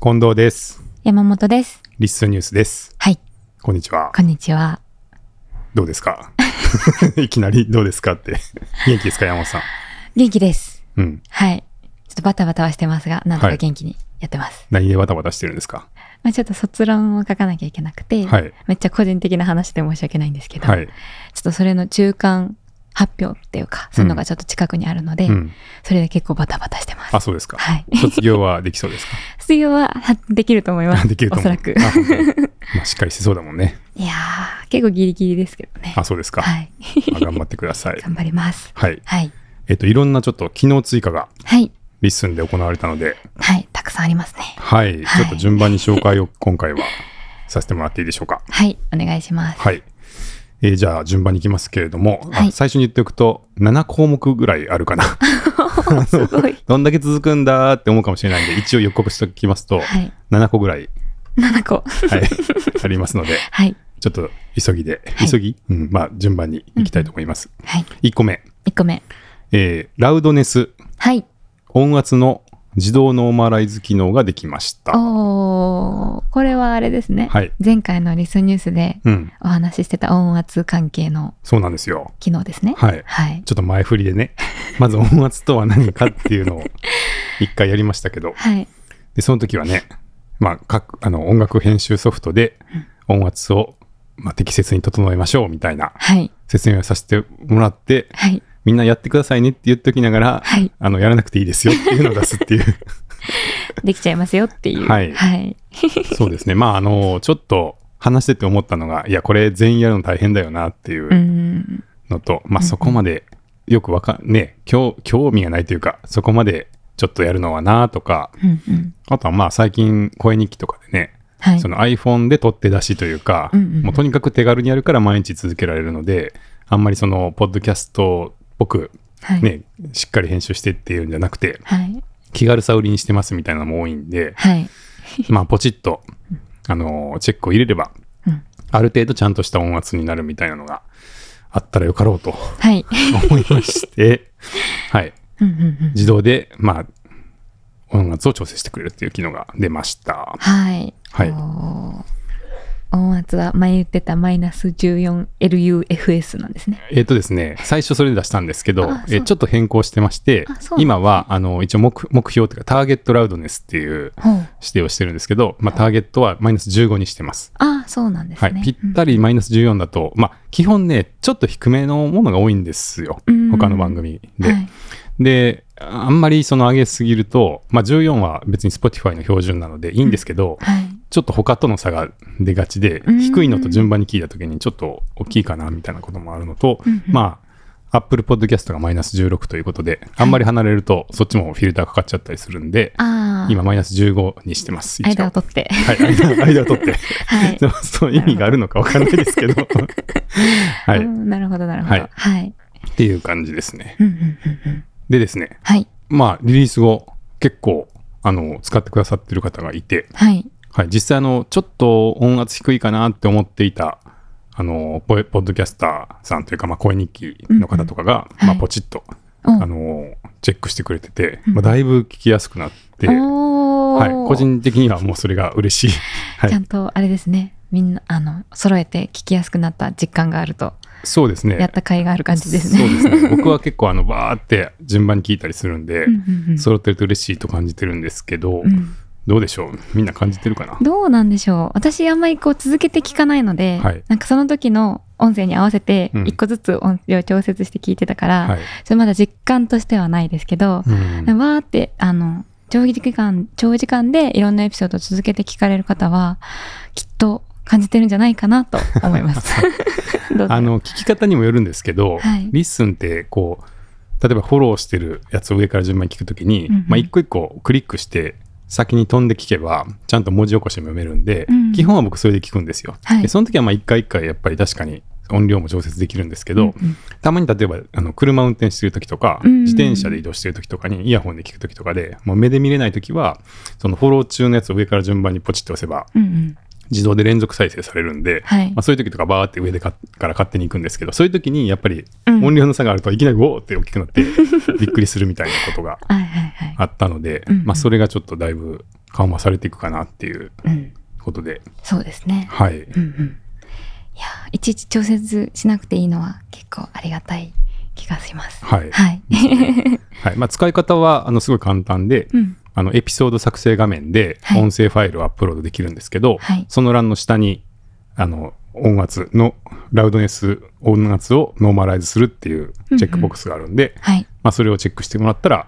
近藤です。山本です。リッスンニュースです。はい、こんにちは。こんにちは。どうです かいきなりどうですかって。元気ですか、山本さん。元気です。うん。はい。ちょっとバタバタはしてますが、なんとはかい元気にやってます。何でバタバタしてるんですかまあ、ちょっと卒論を書かなきゃいけなくて、はい。めっちゃ個人的な話で申し訳ないんですけど、はい。ちょっとそれの中間発表っていうか、そういうのがちょっと近くにあるので、うん。それで結構バタバタしてます。あ、そうですか。はい。卒業はできそうです 卒業ははできると思いまか す。できると思う。おそらく。あ本当にまあ、しっかりしてそうだもんね。いやー、結構ギリギリですけどね。あ、そうですか。はい。あ頑張ってください。頑張ります。はい。はい。えっと、いろんなちょっと機能追加がはい。リッスンで行われたので、はい。たくさんありますね。はい。ちはいょっと順番に紹介を今回はさせてもらっていいでしょうか。はい。お願いします。はい。えーじゃあ順番にいきますけれども、あはい最初に言っておくと7項目ぐらいあるかな すごい。どんだけ続くんだーって思うかもしれないんで一応予告しておきますと、はい。 7個ぐらい、 7個。 はい ありますのではい。ちょっと急ぎで、はい急ぎ、うん、まあ順番にいきたいと思います、はい。 1個目、 1個目。えーラウドネスはい。音圧の自動ノーマライズ機能ができましたおー、これはあれですね。はい前回のリスニュースでうんお話ししてた音圧関係のそうなんですよ機能ですね。はいはい。ちょっと前振りでね まず音圧とは何かっていうの を一回やりましたけどはい。でその時はね、まあ、各あの音楽編集ソフトで音圧を、まあ、適切に整えましょうみたいなはい。説明をさせてもらってはい。みんなやってくださいねって言っておきながら、はいあのやらなくていいですよっていうのを出すって いうできちゃいますよっていう。はいはい。そうですねまああのちょっと話してて思ったのがいやこれ全員やるの大変だよなっていうー。うんのと、まあそこまでよくわかんね興興味がないというかそこまでちょっとやるのはなとかうんうん。あとはまあ最近声日記とかでねはいそ。の iPhone で取って出しというか、うんうんうんもうとにかく手軽にやるから毎日続けられるのであんまりそのポッドキャストっぽく、はい。ねしっかり編集してっていうんじゃなくてはい。気軽さ売りにしてますみたいなのも多いんで、はい。まあポチッと、あのーチェックを入れればうんある程度ちゃんとした音圧になるみたいなのがあったらよかろうとはい。思いまして、はい、うんうんうん。自動で、まあ、音圧を調整してくれるっていう機能が出ました。はい。はいおー音圧は前言ってたマイナス 14LUFS なんですね。えっ、とですね、最初それで出したんですけどあ、えそうちょっと変更してましてあそう、なん今はあの一応目目標というか、ターゲットラウドネスっていうほう。指定をしてるんですけど、まあ、ターゲットはマイナス15にしてます。ああ、そうなんですはね。い、ぴったりマイナス14だと、まあ、基本ね、ちょっと低めのものが多いんですようん、他の番組で。はいで、あんまりその上げすぎると、まあ、14は別に Spotify の標準なのでいいんですけど、はい。ちょっと他との差が出がちで、うん低いのと順番に聞いた時にちょっと大きいかなみたいなこともあるのと、うんうんまあ Apple Podcast がマイナス16ということであんまり離れるとそっちもフィルターかかっちゃったりするんで、ああ。今マイナス15にしてます一応間を取って。はい間間を取って、はいでも その意味があるのかわかんないですけど はういんなるほど、なるほはいど。はい。っていう感じですねうんうんうんうんでですねはい。まあリリース後結構あの使ってくださってる方がいてはい。はい、実際あのちょっと音圧低いかなって思っていたあのポエポッドキャスターさんというか、まあ、声日記の方とかが、うまあ、んはいポチッと、おあのチェックしてくれてて、うんまあ、だいぶ聞きやすくなって、おーはい、個人的にはもうそれが嬉しい、はちゃい、んと、あれですね。みんな、あの、揃えて聞きやすくなった実感があると、そうですねやった甲斐がある感じですそうね。ですね僕は結構あのバーって順番に聞いたりするんで、うんうんうん揃ってると嬉しいと感じてるんですけど、うんどうでしょうみんな感じてるかな どうなんでしょう私あんまりこう続けて聞かないので、はいなんかその時の音声に合わせてうん一個ずつ音量調節して聞いてたから、はい、それまだ実感としてはないですけど、うんでわーってあの長時間長時間でいろんなエピソードを続けて聞かれる方はきっと感じてるんじゃないかなと思います。 どうぞあの聞き方にもよるんですけど、はいリッスンってこう例えばフォローしてるやつを上から順番に聞くときに、うんうんまあ、一個一個クリックして先に飛んで聞けばちゃんと文字起こしも読めるんで、うん基本は僕それで聞くんですよ。はいでその時はまあ一回一回やっぱり確かに音量も調節できるんですけど、うんうんたまに例えばあの車運転してる時とか、うんうん自転車で移動してる時とかにイヤホンで聞く時とかでもう目で見れない時はそのフォロー中のやつを上から順番にポチって押せばうんうん自動で連続再生されるんで、はいまあ、そういう時とかバーって上でかから勝手に行くんですけどそういう時にやっぱりうん音量の差があるといきなりウォーって大 きくなってびっくりするみたいなことがはいはいはいあったので、うんうんまあ、それがちょっとだいぶ緩和されていくかなっていううん、ことで、そうですね。はい。うんうん。いやー、いちいち調節しなくていいのは結構ありがたい気がします。はいはい。はいまあ、使い方はあのすごい簡単で、うん。あのエピソード作成画面ではい音声ファイルをアップロードできるんですけど、はいその欄の下にあの音圧のラウドネス音圧をノーマライズするっていうチェックボックスがあるんで、 はい。まあ、それをチェックしてもらったら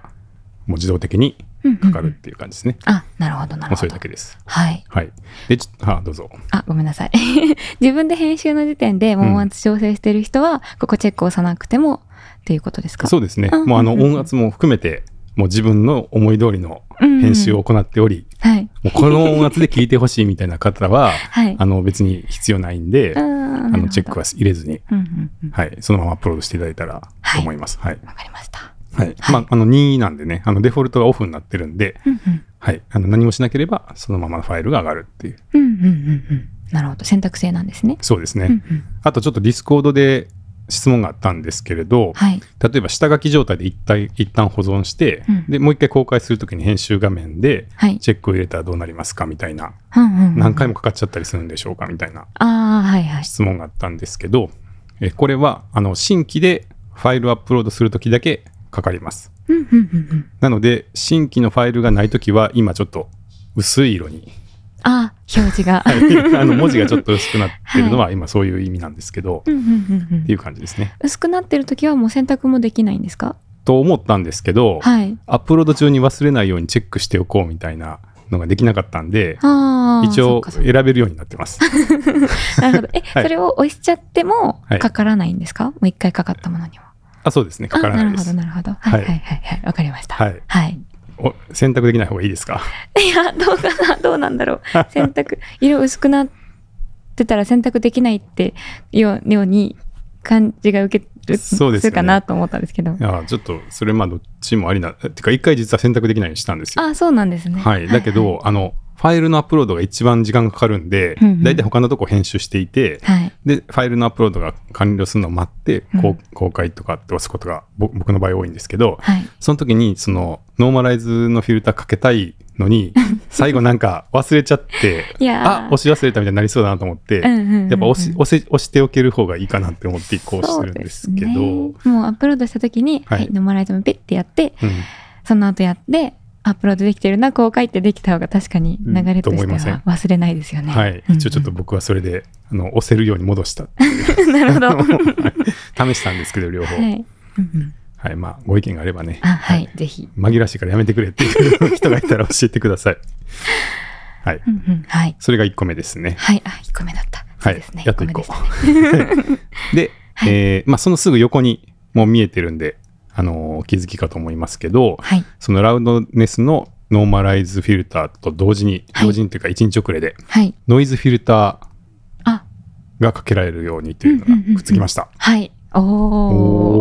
もう自動的にうんうんうんかかるっていう感じですね。あ、なるほど、なまるあ、そほれどだ。けです。はい。はい、でちょあどうぞ。あ、ごめんなさい。 自分で編集の時点で、もう音圧調整してる人は、ここチェックを押さなくても、っていうことですかそうですね、うんもうあのうんうん音圧も含めてもう自分の思い通りのうん編集を行っており、はい。もうこの音圧で聞いてほしいみたいな方は、はい。あの別に必要ないんで、あーあなるほのどチェックは入れずに、うんうんうん。はい、そのままアップロードしていただいたらはとい思います。はい。わかりました。はい。はいまあ、あの任意なんでね、あのデフォルトがオフになってるんで、うんうん。はい。あの何もしなければ、そのままファイルが上がるっていう。うんうんうんうん。なるほど。選択制なんですね。そうですね。うんうん。あとちょっとディスコードで質問があったんですけれど、はい。例えば下書き状態で一旦一旦保存して、うんでもう一回公開するときに編集画面ではいチェックを入れたらどうなりますかみたいな、うんうんうん。何回もかかっちゃったりするんでしょうかみたいなああ、はいはい。質問があったんですけど、えーこれはあの新規でファイルをアップロードするときだけかかります。うんうんうんうん。なので、新規のファイルがないときは、今ちょっと薄い色に、 ああ、表示が。はいあの文字がちょっと薄くなってるのは、今そういう意味なんですけど、うんうんうんうんっていう感じですね。薄くなってる時はもう選択もできないんですかと思ったんですけど、はい。アップロード中に忘れないようにチェックしておこうみたいなのができなかったんで、ああ。一そっ応かそっ選べるようになってます。かなるほど。え、はいそれを押しちゃってもはいかからないんですか、もう一回かかったものには。あ、そうですね。かからないですあ。なるほど、なるほど。ははいいはいはいはい。わかりました。はいはい。お選択できない方がいいです かいや、どうかな、どうなんだろう。洗濯、色薄くなってたら洗濯できないってようように感じが受けるそうですよねるかなと思ったんですけどい。や、ちょっと、それまあ、どっちもありな、てか、一回実は選択できないようにしたんですよ。あ、そうなんですね。はい。だけど、あの、ファイルのアップロードが一番時間がかかるんでうんうん、大体他のとこ編集していて、はい、はい。で、ファイルのアップロードが完了するのを待って、うこんう公開とかって押すことがぼ僕の場合多いんですけど、はい。その時に、その、ノーマライズのフィルターかけたいの に、最後なんか忘れちゃって、いやーあ、押し忘れたみたいになりそうだなと思って、うんうんうんうんやっぱ押し押せ押しておける方がいいかなって思って移行してるんですけど、そうですねもうアップロードした時に、ははいい、ノーマライズもピッてやって、うんその後やって、アップロードできてるな、公開ってできた方が確かに流れとうんと思しいてませんは忘れないですよね。はい。一応ちょっと僕はそれで、あの、押せるように戻 したっていう。と。 な るほど。は試したんですけど、両方。はい、い。うんうんまあ、ご意見があればねあ、、はい、ぜひ。紛らわしいからやめてくれっていう人がいたら教えてください。はい。うんうんはい。それが1個目ですね。はい、あ、1個目だった。はそういですね。。やっと1個目個でした。で、えーまあ、そのすぐ横にもう見えてるんで、あのーお気づきかと思いますけど、はい。そのラウドネスのノーマライズフィルターと同時に、はい同時にというか1日遅れで、はい。ノイズフィルタあ、ーがかけられるようにというのがくっつきました。はい。お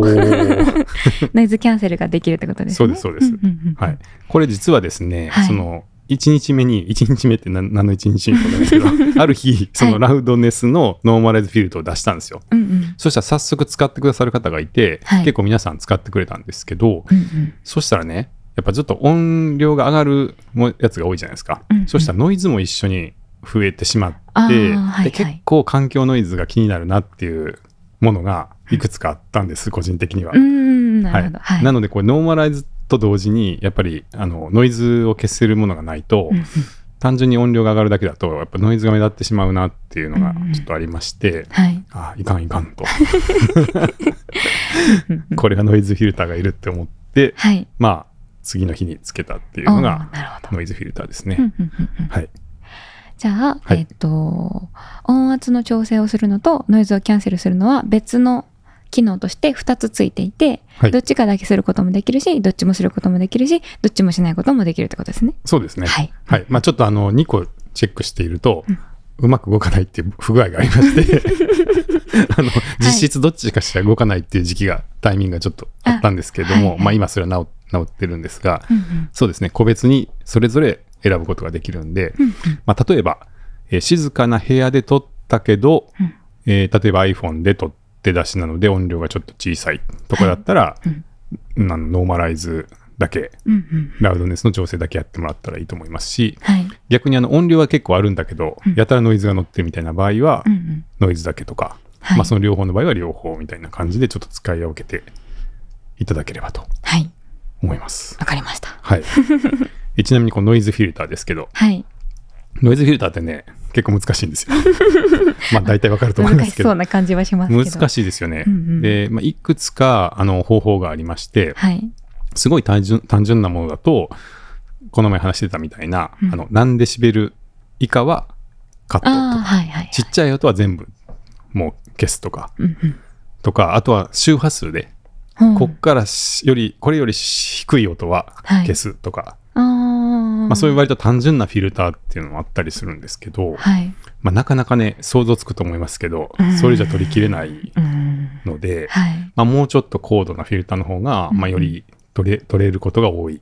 おー。ー。 ノイズキャンセルができるってことですね。そうですそうですんうんう んはい。、これ実はですね、はいその1日目に1日目って何何の1日目かわかんないですけどある日そのラウドネスのノーマライズフィルトを出したんですよ。うんうん。そしたら早速使ってくださる方がいて、はい結構皆さん使ってくれたんですけど、うんうん。そしたらねやっぱちょっと音量が上がるもやつが多いじゃないですか、うんうんそしたらノイズも一緒に増えてしまって、あーはいはいで結構環境ノイズが気になるなっていうものがいくつかあったんです個人的にはうー。ん、なるほど。は、はいい。なのでこれノーマライズと同時にやっぱりあのノイズを消せるものがないと、うんうん単純に音量が上がるだけだとやっぱノイズが目立ってしまうなっていうのがうんうんちょっとありまして、はい。あいかんいかん と これがノイズフィルターがいるって思ってはい。まあ次の日につけたっていうおのーがなるほど。ノイズフィルターですうんうね。んうんうんはい、じゃあ、はいえっと、音圧の調整をするのとノイズをキャンセルするのは別の機能として2つついていて、はいどっちかだけすることもできるし、どっちもすることもできるし、どっちもしないこともできるってことですね。そうですね、はいまあ、ちょっとあの2個チェックしていると、うまく動かないっていう不具合がありまして あの実質どっちかしか動かないっていう時期がタイミングがちょっとあったんですけれどあも、はいはいまあ、今それは治治ってるんですが、うんうんそうですね個別にそれぞれ選ぶことができるんで、まあ、例えば、えー静かな部屋で撮ったけど、うんえー例えば iPhone で撮って出しなので音量がちょっと小さいとかだったら、うんうんあのノーマライズだけ、うんうん。ラウドネスの調整だけやってもらったらいいと思いますし、はい。逆にあの音量は結構あるんだけど、うんやたらノイズが乗ってるみたいな場合は、うんうん。ノイズだけとか、はい。まあ、その両方の場合は両方みたいな感じでちょっと使い分けていただければとはい。思います。わかりました。はい、 えちなみにこのノイズフィルターですけどはい。ノイズフィルターってね結構難しいんです よ。まあ大体わかると思いま難すしけそうどな感じはしますけど。難しいですよね。うんうんで、まあ、いくつかあの方法がありましてはい。すごい単純単純なものだとこの前話してたみたいな、うんあの何デシベル以下はカットとああ、かはいはい。ちっちゃい音は全部もう消すとかうんうんとかあとは周波数でうん。こっからしよりこれより低い音は消すとか、ああ。ままあ、そういう割と単純なフィルターっていうのもあったりするんですけど、はい。まあ、なかなかね想像つくと思いますけどうんそれじゃ取りきれないうん。ので、はい。まあ、もうちょっと高度なフィルターの方が、まあ、うんより取れ取れることが多い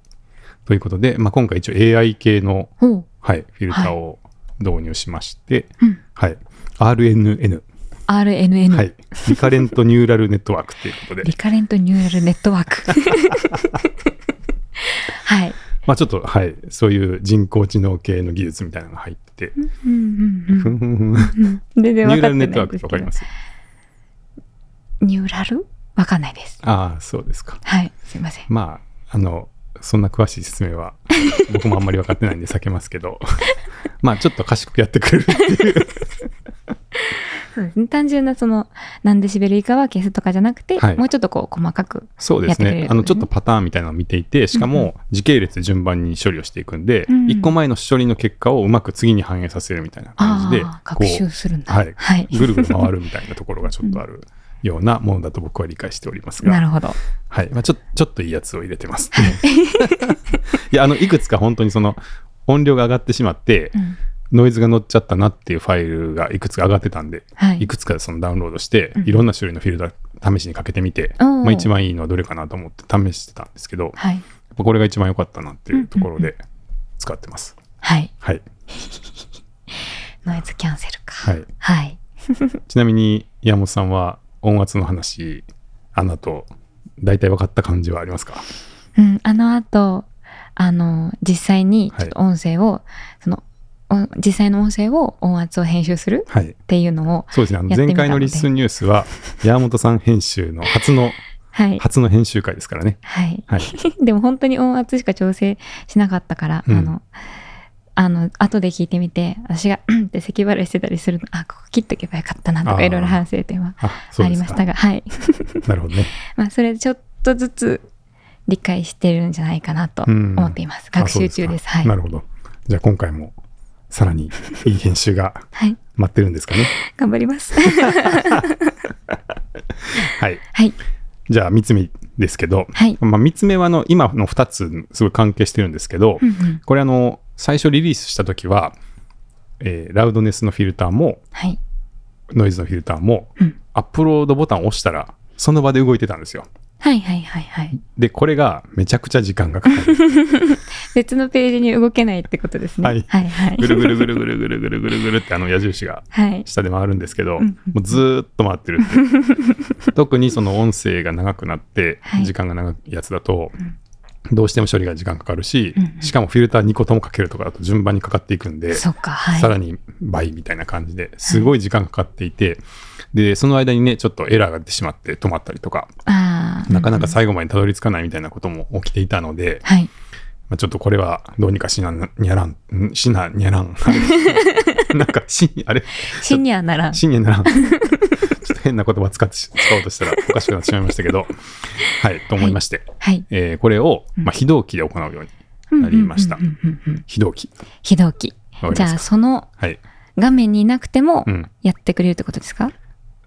ということで、まあ、今回一応 AI 系の、ほう。はい、フィルターを導入しまして、うん。はい、RNN、 RNN。はい、リカレントニューラルネットワークということで リ、カレントニューラルネットワー ク。はい。まあ、ちょっと、はい、そういう人工知能系の技術みたいなのが入ってて、うんう んふんふんふんニュうん。全然分ーラかってルなネいットワークでっすてけわどかりますニューラルわかんないです。ああ、そうですか。はい。すいません。まあ、あの、そんな詳しい説明は僕もあんまり分かってないんで避けますけ ど、まあ、ちょっと賢くやってくれるっていう。そうですね単純なその何デシベル以下は消すとかじゃなくて、はいもうちょっとこう細かく。そうですやってくれるね。よねあの、ちょっとパターンみたいなのを見ていて、しかも時系列で順番に処理をしていくんで、一うん1個前の処理の結果をうまく次に反映させるみたいなあ感じで、あ、学習するんだ。はいはい。ぐるぐる回るみたいなところがちょっとあるようなものだと僕は理解しておりますなが、るほど。はい。まあ、ちょちょっといいやつを入れてます。 いや、あの、いくつか本当にその、音量が上がってしまって、うんノイズが乗っちゃったなっていうファイルがいくつか上がってたんで、はいい、くつかそのダウンロードして、うんいろんな種類のフィルター試しにかけてみて、おーまあ、一番いいのはどれかなと思って試してたんですけど、やっはい。ぱこれが一番良かったなっていうところで使ってます。はい。はい、ノイズキャンセルか。はい、はい。ちなみに山本さんは音圧の話あの後大体分かった感じはありますかうん、あの後、あの、実際にはいちょっと音声を、その、お実際の音声を音圧を編集するはいっていうのを、そうですねあのやってみ前たので回のリッスンニュースは山本さん編集の初のはい。初の編集会ですからね。はい。 はい、でも本当に音圧しか調整しなかったから、うんあの、あの、後で聞いてみて、私が、うんって咳払いしてたりするの、あ、ここ切っとけばよかったなとあか、ーいろいろ反省点はあそあうでりすましかたが、はい。なるほどね。まあ、それちょっとずつ理解してるんじゃないかなとうん思っています。あ学習中そうです。かはいな。るほど。じゃあ今回もさらにいい編集がはい。待ってるんですか ね。頑張ります。はい。はい。じゃあ3つ目ですけど、はいまあ、3つ目はあの今の2つすごい関係してるんですけど、うんうんこれあの最初リリースした時は、えーラウドネスのフィルターもはい。ノイズのフィルターもうんアップロードボタンを押したらその場で動いてたんですよ。はいはいはいはい。でこれがめちゃくちゃ時間がかかる。別のページに動けないってことですね。はいはいはい。ぐるぐるぐるぐるぐるぐるぐるぐるってあの矢印がはい。下で回るんですけど、うんうんもうずーっと回ってる っていう特にその音声が長くなってはい時間が長いやつだと、んどうしても処理が時間かかるし、うんうんしかもフィルター2個ともかけるとかだと順番にかかっていくんで、そうか、はい。さらに倍みたいな感じですごい時間かかっていて、でその間にねちょっとエラーが出てしまって止まったりとか、ああ。なかなか最後までたどり着かないみたいなことも起きていたので、はい。まあ、ちょっとこれはどうにかしなにゃらんんしなにゃらん なんかしあれシニアなら、深夜ならちょっと変な言葉使ってし使おうとしたらおかしくなってしまいましたけどはいと思いまして、はい。えーこれを、まあ、非同期で行うようになりました、うんうんうんうんうん非同期非同期わかりますか。じゃあ、そのはい画面にいなくてもうんやってくれるってことですか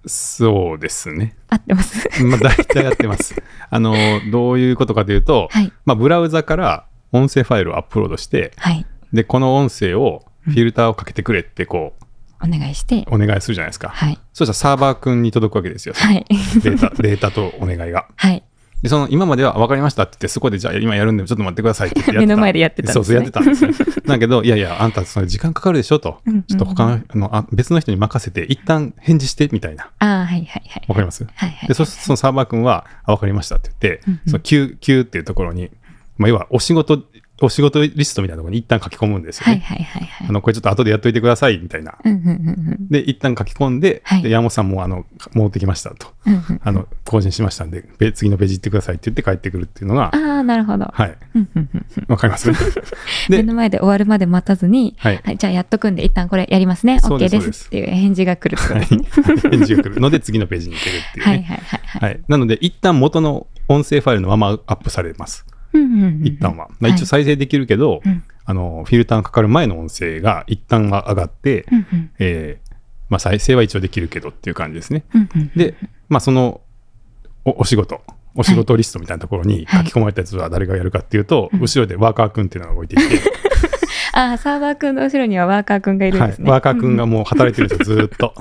そうですね合ってます。 まあ大体やってます あのどういうことかというと、はいまあ、ブラウザから音声ファイルをアップロードしてはい。でこの音声をフィルターをかけてくれってこお願いして。うお願いするじゃないですか、はい。そうしたらサーバー君に届くわけですよはい。データデータとお願いがはい。で、その今までは分かりましたって言って、そこでじゃあ今やるんでちょっと待ってくださいって言ってやって目の前でやってたんそでうそう、すやねってたんですね。 だけど、いやいや、あんたそれ時間かかるでしょとうんうんうん。ちょっと他のあのあ別の人に任せて、一旦返事してみたいな。ああ、はいはいはい。わかりますはいはいでそそのサーバー君は、あ、分かりましたって言って、うんうんその Q、Q っていうところに、まあ、要はお仕事、お仕事リストみたいなところに一旦書き込むんですよはいね。はいはいはいあ。の、これちょっと後でやっといてください、みたいな。うんうんうんうんで、一旦書き込んで、はいで山本さんも、あの、戻ってきましたと。うんうん。あの、更新しましたんで、ペ次のページ行ってくださいって言って帰ってくるっていうのがあ、あ、なるほど。はい。うんうんうんわかります 目で、の前で終わるまで待たずに、はい。はい、じゃあやっとくんで、一旦これやりますね、そうで OK ですすっていう返事が来るってことはでいすね。返事が来るので、次のページに行けるっていうはいね。はいはいはい。はい。なので、一旦元の音声ファイルのままアップされます。うんうんうん一旦は。まあはい一応再生できるけど、うんあの、フィルターがかかる前の音声が一旦は上がって、うんうんえーまあ再生は一応できるけどっていう感じですね。うんうんで、まあそのおお仕事、お仕事リストみたいなところに書はいき込まれたやつは誰がやるかっていうと、うん後ろでワーカー君っていうのが動い ていて、ああ、サーバーくんの後ろにはワーカーくんがいるんはでいす、ね。ワーカー君がうんうんもう働いてるんですよ、ずーっと。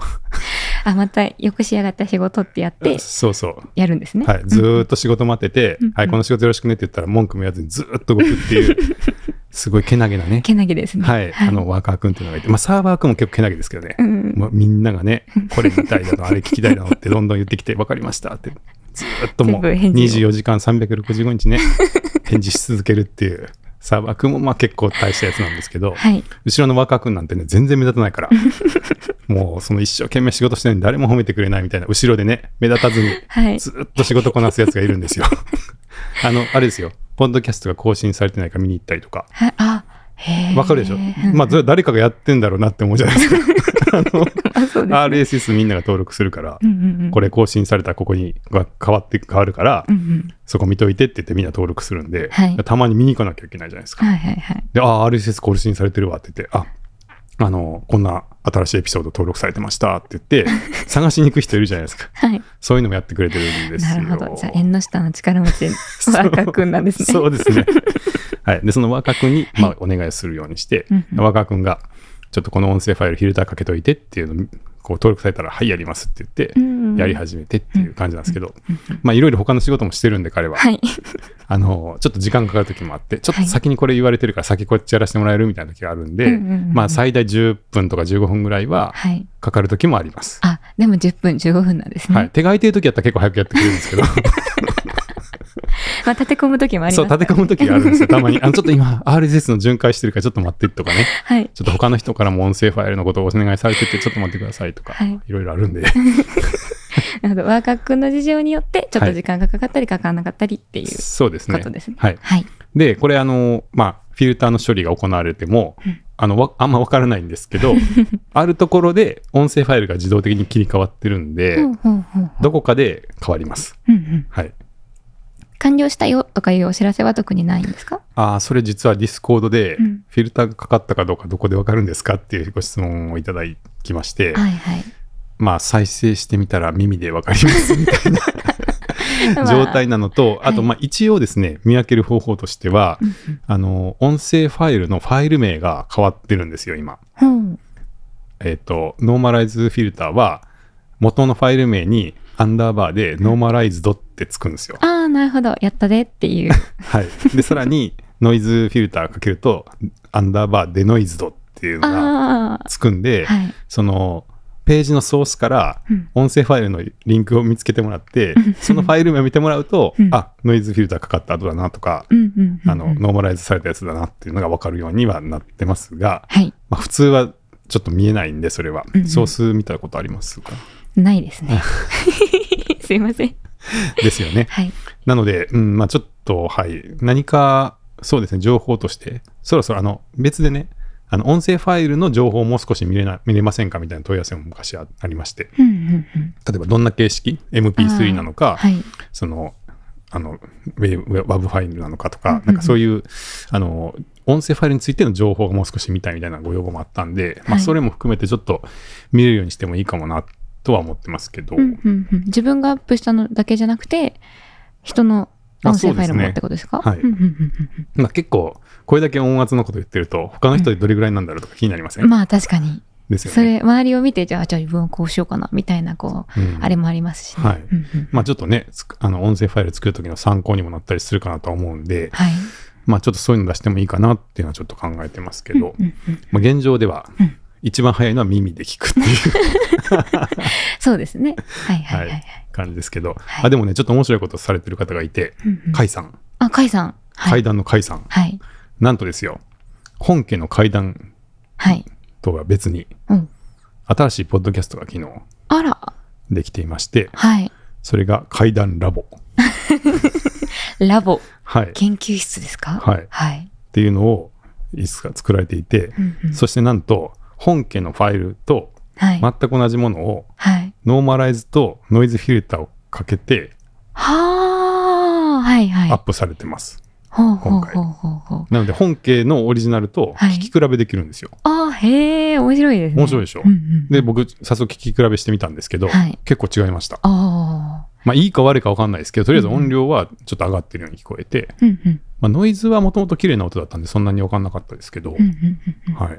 あ、またよくしやがった仕事ってやって、 そうそう。やるんですね。はい、ずーっと仕事待ってて、うんはい、この仕事よろしくねって言ったら文句も言わずにずーっと動くって いう、すごいけなげなね、けなげですね。はい、あの、ワーカー君っていうのがいて、まあ、サーバー君も結構けなげですけどねう、んまあ、みんながね、これ見たいだの、あれ聞きたいだのってどんどん言ってきて、わかりましたって、ずーっともう全部返事を24時間365日ね、返事し続けるっていう、サーバー君もまあ結構大したやつなんですけど、はい。後ろのワーカー君なんてね、全然目立たないから、 もうその一生懸命仕事してるのに誰も褒めてくれないみたいな、後ろでね、目立たずに。はい。ずーっと仕事こなすやつがいるんです よ。あの、あれですよ。ポッドキャストが更新されてないか見に行ったりとか。はいあ、へえ。わかるでしょうんまあ、それ誰かがやってんだろうなって思うじゃないですか。あの、あ そうです。 RSS みんなが登録するからう、んうんうんこれ更新されたらここにが変わって、変わるからう、んうん。そこ見といてって言ってみんな登録するんではい、たまに見に行かなきゃいけないじゃないですか。はいはいはい。で、ああ、RSS 更新されてるわって言って、あ、あの、こんな新しいエピソード登録されてましたって言 って、探しに行く人いるじゃないですか。はい。そういうのもやってくれてるんですなよ。るほど。じゃあ、縁の下の力持ち、 そうワーカーくんなんですね。そうです ね。はい。で、その若君に、いまあ、お願いをするようにしてうん、うん若君が、ちょっとこの音声ファイルフィルターかけといてっていうのを、こう、登録されたら、はい、やりますってう言って、んうんやり始めてっていう感じなんですけど、まあ、いろいろ他の仕事もしてるんで、彼は。はい。あの、ちょっと時間かかる時もあって、ちょっはとい先にこれ言われてるから、先こっちやらせてもらえるみたいな時があるんうんで、うんうんまあ、最大10分とか15分ぐらいは、はい。かかる時もあります。あ、でも10分15分なんですね。はい。手が空いてる時やったら結構早くやってくれるんですけど、まあ、立て込む時もありますそう、立て込む時があるんですよ。たまに。あの、ちょっと今、RSS の巡回してるから、ちょっと待ってとかね。 はい。ちょっと他の人からも音声ファイルのことをお願いされてて、ちょっと待ってくださいとか、はいい、ろいろあるん で、なるほど。ワーカーくんの事情によって、ちょっはとい時間がかかったりかからなかったりっていうそうですこねと。ですね。はい。はい。で、これあの、まあ、フィルターの処理が行われても、あの、わあんまわからないんですけ ど、あるところで音声ファイルが自動的に切り替わってるんで、ほうほうほうほうどこかで変わります。うんうんはい。完了したよとかいうお知らせは特にないんですかああ、それ実はディスコードでうん、フィルターがかかったかどうかどこでわかるんですかっていうご質問をいただきまして、はい はい。まあ、再生してみたら耳でわかりますみたいな状態なのと、はいあと、まあ、一応ですね、見分ける方法としては、あの、音声ファイルのファイル名が変わってるんですよ、今。まあうんえっ、と、ノーマライズフィルターは、元のファイル名にアンダーバーでノーマライズドってつくんですよ。ああ、なるほど。やったでっていう。はい。で、さら に、ノイズフィルターかけると、アンダーバーデノイズドっていうの があつくんで、あ。はい。その、ページのソースからうん音声ファイルのリンクを見つけてもらって、そのファイル名を見てもらうと、うんあ、ノイズフィルターかかった後だなとか、うんうんうんうん。あの、ノーマライズされたやつだなっていうのが分かるようにはなってますが、はい。まあ、普通はちょっと見えないんで、それはうんう。んソース見たことありますか ないですね。 すいません。ですよね。はい。なので、うん、まあちょっと、はい、何か、そうですね、情報として、そろそろ、あの、別でね、あの、音声ファイルの情報をもう少し見れな、見れませんかみたいな問い合わせも昔あありまして、うんうんうん。例えばどんな形式 ?MP3 なのか、はい。その、あの、ウェブウェブファイルなのかとうんうんかう、んなんかそういう、あの、音声ファイルについての情報がもう少し見たいみたいなご要望もあったんで、まはあ、いそれも含めてちょっと見れるようにしてもいいかもなとは思ってますけど、うんうんうん。自分がアップしたのだけじゃなくて、人の音声ファイルもってことですかあそうですうんねうんうんまあ、結構、これだけ音圧のこと言ってると、他の人でどれぐらいなんだろうとか気になりません、うんまあ確かに。ですよそね。れ、周りを見て、じゃあ、じゃあ自分はこうしようかな、みたいな、こう、うんあれもありますしね。はいうんうんまあ、ちょっとね、つくあの音声ファイル作るときの参考にもなったりするかなとは思うんで、はい。まあ、ちょっとそういうの出してもいいかなっていうのはちょっと考えてますけど、うんうんうんまあ、現状ではうん、一番早いのは耳で聞くっていうそうですね。はいはいはい。はい感じですけど、はいあでもね、ちょっと面白いことをされてる方がいて、うんうん甲斐さん。あ、カイさん。はい会談の解散。はい。なんとですよ、本家の会談はい。とは別に、うん。新しいポッドキャストが昨日あら。できていまして、はい。それが怪談ラボ。ラボ。はい。っ研究室ですかはいはい。ていうのを、いくつか作られていてう、んうんそしてなんと、本家のファイルとはい。全く同じものを、はい。ノーマライズとノイズフィルターをかけてはあ。はいはアッい。プされてます。ほうほう今回ほうほうほう。なので、本家のオリジナルとはい聞き比べできるんですよ。ああ、へえ、面白いですね。面白いでしょうんうん、で、僕、早速聞き比べしてみたんですけど、はい結構違いました。あまあ、いいか悪いか分かんないですけど、とりあえず音量はちょっと上がってるように聞こえて、あ。うんうん。まあ、ノイズはもともと綺麗な音だったんで、そんなに分かんなかったですけど、うんうんうんはうん。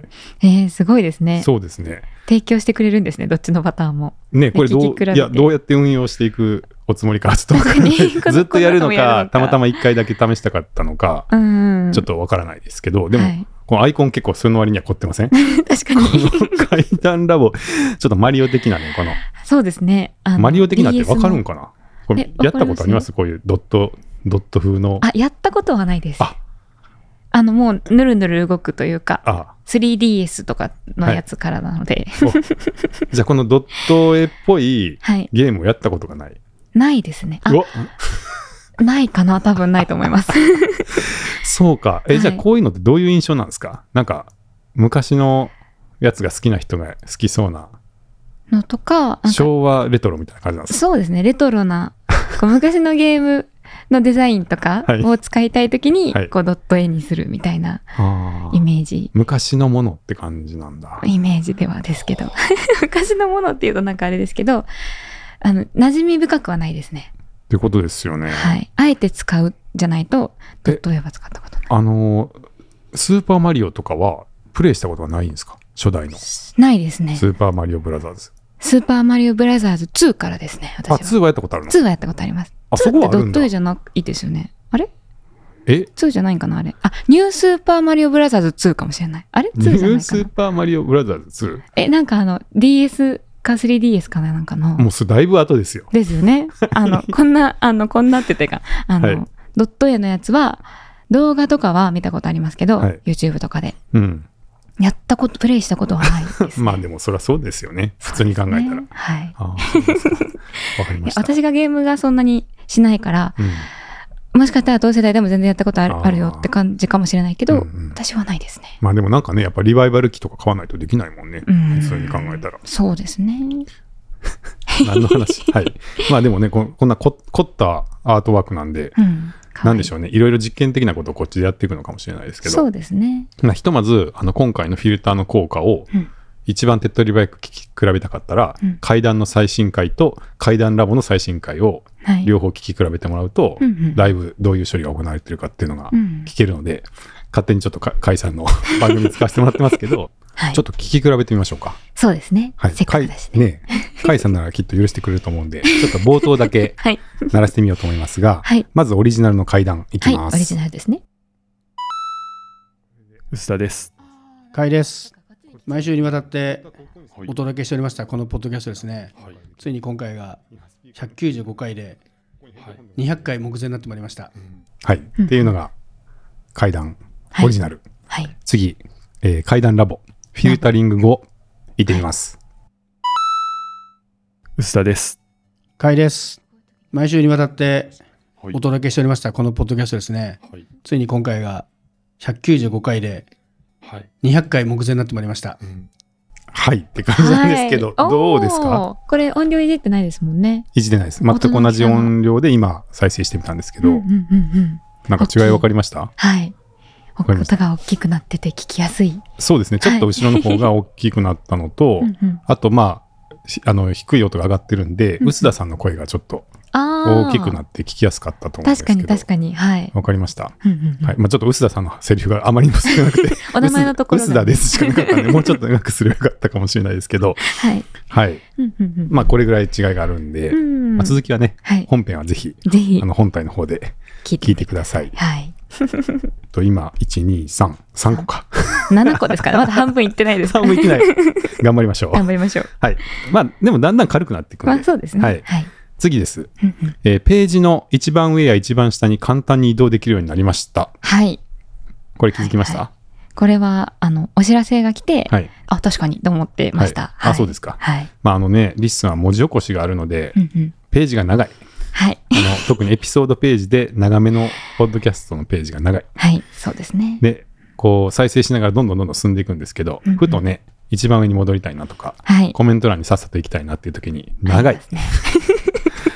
えー、すごいですい、ね。そうですね。提供してくれるんですね、どっちのパターンも。ね、これど聞うき比べていやどうやって運用していくおつもりかちょっと分か んな確かにいずっとやるのこんなこともやるかのかたまたま1回だけ試したかったのかうんうん。ちょっと分からないですけどでも、はい このアイコン結構その割には凝ってませんこ確 かに。の階段ラボちょっとマリオ的なねこのそうですね。あのマリオ的なって分かるん BS かなこれえやったことありますこういうドットドット風のもあ、やったことはないです。ああの、もう、ぬるぬる動くというか、あ 3DS とかのやつからなので、お じゃあこのドット絵っぽいはい、ゲームをやったことがない。ないですね。あう、わないかな多分ないと思い ます。そうか。え、はいじゃあこういうのってどういう印象なんですかなんか、昔のやつが好きな人が好きそうな、のとか、なんか昭和レトロみたいな感じなんですかそうですね、レトロな、こう昔のゲームのデザインとかはいを使いたいときにはい、こう、ドット絵にするみたいなあーイメージ、昔のものって感じなんだ。イメージではですけど、 昔のものっていうとなんかあれですけど、あの、馴染み深くはないですね。ってことですよね。はい。あえて使うじゃないと、ドット絵は使ったことない。あのー、スーパーマリオとかはプレイしたことはないんですか初代の。スないですね。ーパーマリオブラザーズ。スーパーマリオブラザーズ2からですね、あ、私2は。はやったことあるの2はやったことあります。あ、 2そっこてはあドるッんトだ絵。じゃないですよね。あれえ ?2 じゃないんかな あれ。あ、ニュースーパーマリオブラザーズ2かもしれない。あれ ?2 ニじゃないかューなスーパーマリオブラザーズえ、なんかあの、DS か 3DS かななんかの 2? も。うすだいぶ後ですよ。ですよね。あの、こんな、あの、こんなっててか、あの、はいドット絵のやつは、動画とかは見たことありますけど、はい YouTube とかで。うん。やったこと、プレイしたことはないです、 まあでもそりゃそうですよね。普通に考えたら。ねはい。ああ、そう ですかわかりいまやした。私がゲームがそんなにしないから、うんもしかしたら同世代でも全然やったことあるあーあるよって感じかもしれないけど、うんうん私はないですね。まあでもなんかね、やっぱリバイバル機とか買わないとできないもんね。うん普通に考えたら。そうですね。何の 話はい。まあでもね、ここんなこ凝ったアートワークなんで、うん。なんでしょょうね、いろいろ実験的なことをこっちでやっていくのかもしれないですけそど、うですね。まあ、ひとまず、あの、今回のフィルターの効果をうん、一番手っ取り早く聞き比べたかったら、うん階段の最新回と階段ラボの最新回をはい。両方聞き比べてもらうと、うんうんだいぶどういう処理が行われてるかっていうのがうん聞けるので、勝手にちょっとか甲斐さんの 番組使わせてもらってますけど、はいちょっ。と聞き比べてみましょうか。そうですね。はい。せっかくだし甲斐ね。ねえ甲斐さんならきっと許してくれると思うんで、ちょっと冒頭だけはい。鳴らしてみようと思いますが、はい。まずオリジナルの階段いはきい。まオす。リジナルですね。薄田です。かいです。毎週にわたってお届けしておりましたこのポッドキャストですね、ついに今回が195回で200回目前になってまいりました、はい。っていうのが階段はいオリジナル。はい。次、えー階段ラボフィルタリング後いってみます。薄田です。かいです毎週にわたってお届けしておりましたこのポッドキャストですね、はいついに今回が195回ではい。 200回目前になってまいりました、はい、って感じなんですけど、はいどうですか？おーこれ音量いじってないですもんね。いじってないです。全く同じ音量で今再生してみたんですけど、うんうんうんうん。なんか違い分かりましたはい。かりました音が大きくなってて聞きやすい。そうですね。ちょっと後ろの方が大きくなったのと、うんうん。あとまあ、しあの低い音が上がってるんで、うん臼田さんの声がちょっとああ。大きくなっって聞きやすかったと思うんです確けかど。に確かに。はい。わかりました。うんうんうん。はい。まあちょっと臼田さんのセリフがあまりにも少なくてお名前のところが臼田ですしかなかったんで、もうちょっと長くすればよかったかもしれないですけど、はい。はい。うんうんうん。まあこれぐらい違いがあるんで、うんまあ、続きはね、はい。本編はぜひ、ぜひあの本体の方で聞い聞いて。てください。はい。と今、1、2、3、3個 か。 7個ですから、まだ半分いってない ですから3 。もいけない。頑張りましょう。頑張りましょう。はい。まあ、でもだんだん軽くなっていくまんあで。そうですね。はいはい。次です、うんうんえーページの一番上や一番下に簡単に移動できるようになりました。はい。これ気づきましたこれは、あの、お知らせが来て、はい。あ、確かに、と思ってました。はいあそうですかはい。まあ、あのね、リッスンは文字起こしがあるのでう、んうん。ページが長い。はい。あの 特にエピソードページで長めのポッドキャストのページが長い。はい。そうですね。で、こう再生しながらどんどんどんどん進んでいくんですけどうんうん、ふとね、一番上に戻りたいなとか、はい。コメント欄にさっさと行きたいなっていう時に、長い。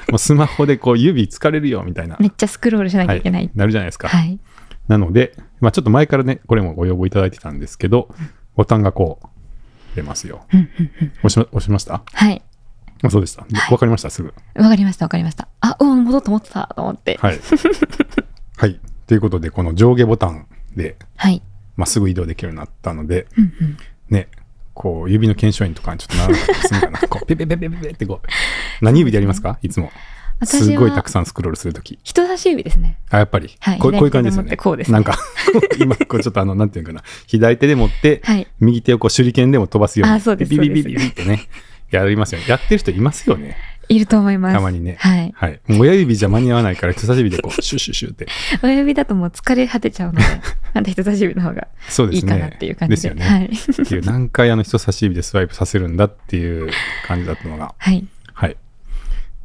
もうスマホでこう指疲れるよみたいな、めっちゃスクロールしなきゃいけない。なるじゃないですか。はい。なので、まあ、ちょっと前からね、これもご要望いただいてたんですけど、ボタンがこう、出ますよ。うんうんうん押しま押しましたはい。あそうでした。わかりました、すぐ。わかりました、わかりました。あ、うん、戻った、戻った、と思って。 はい。はい。ということで、この上下ボタンで、はい。まあ、すぐ移動できるようになったので、うんうん。ね、こう、指の検証員とかにちょっとならなかったりするのかな。こう、ペペペペペペってこう。何指でやりますかいつも。私はすごいたくさんスクロールするとき。人差し指ですね。あ、やっぱり。はいこうこういう感じですよ左ね。手で持ってこうですねなんか、 今、こうちょっとあの、なんていうのかな。左手で持って、はい。右手をこう手裏剣でも飛ばすようにあそうですビビビそうビでビビすってねやりますよねやってる人いますよねいると思います。たまにねはい。はいもう親指じゃ間に合わないから人差し指でこうシュシュシュ って親指だともう疲れ果てちゃうので、 あんた人差し指の方がそうでいいすねかなっていう感でじで。すよね、はい。っていう何回あの人差し指でスワイプさせるんだっていう感じだったのがはい。はい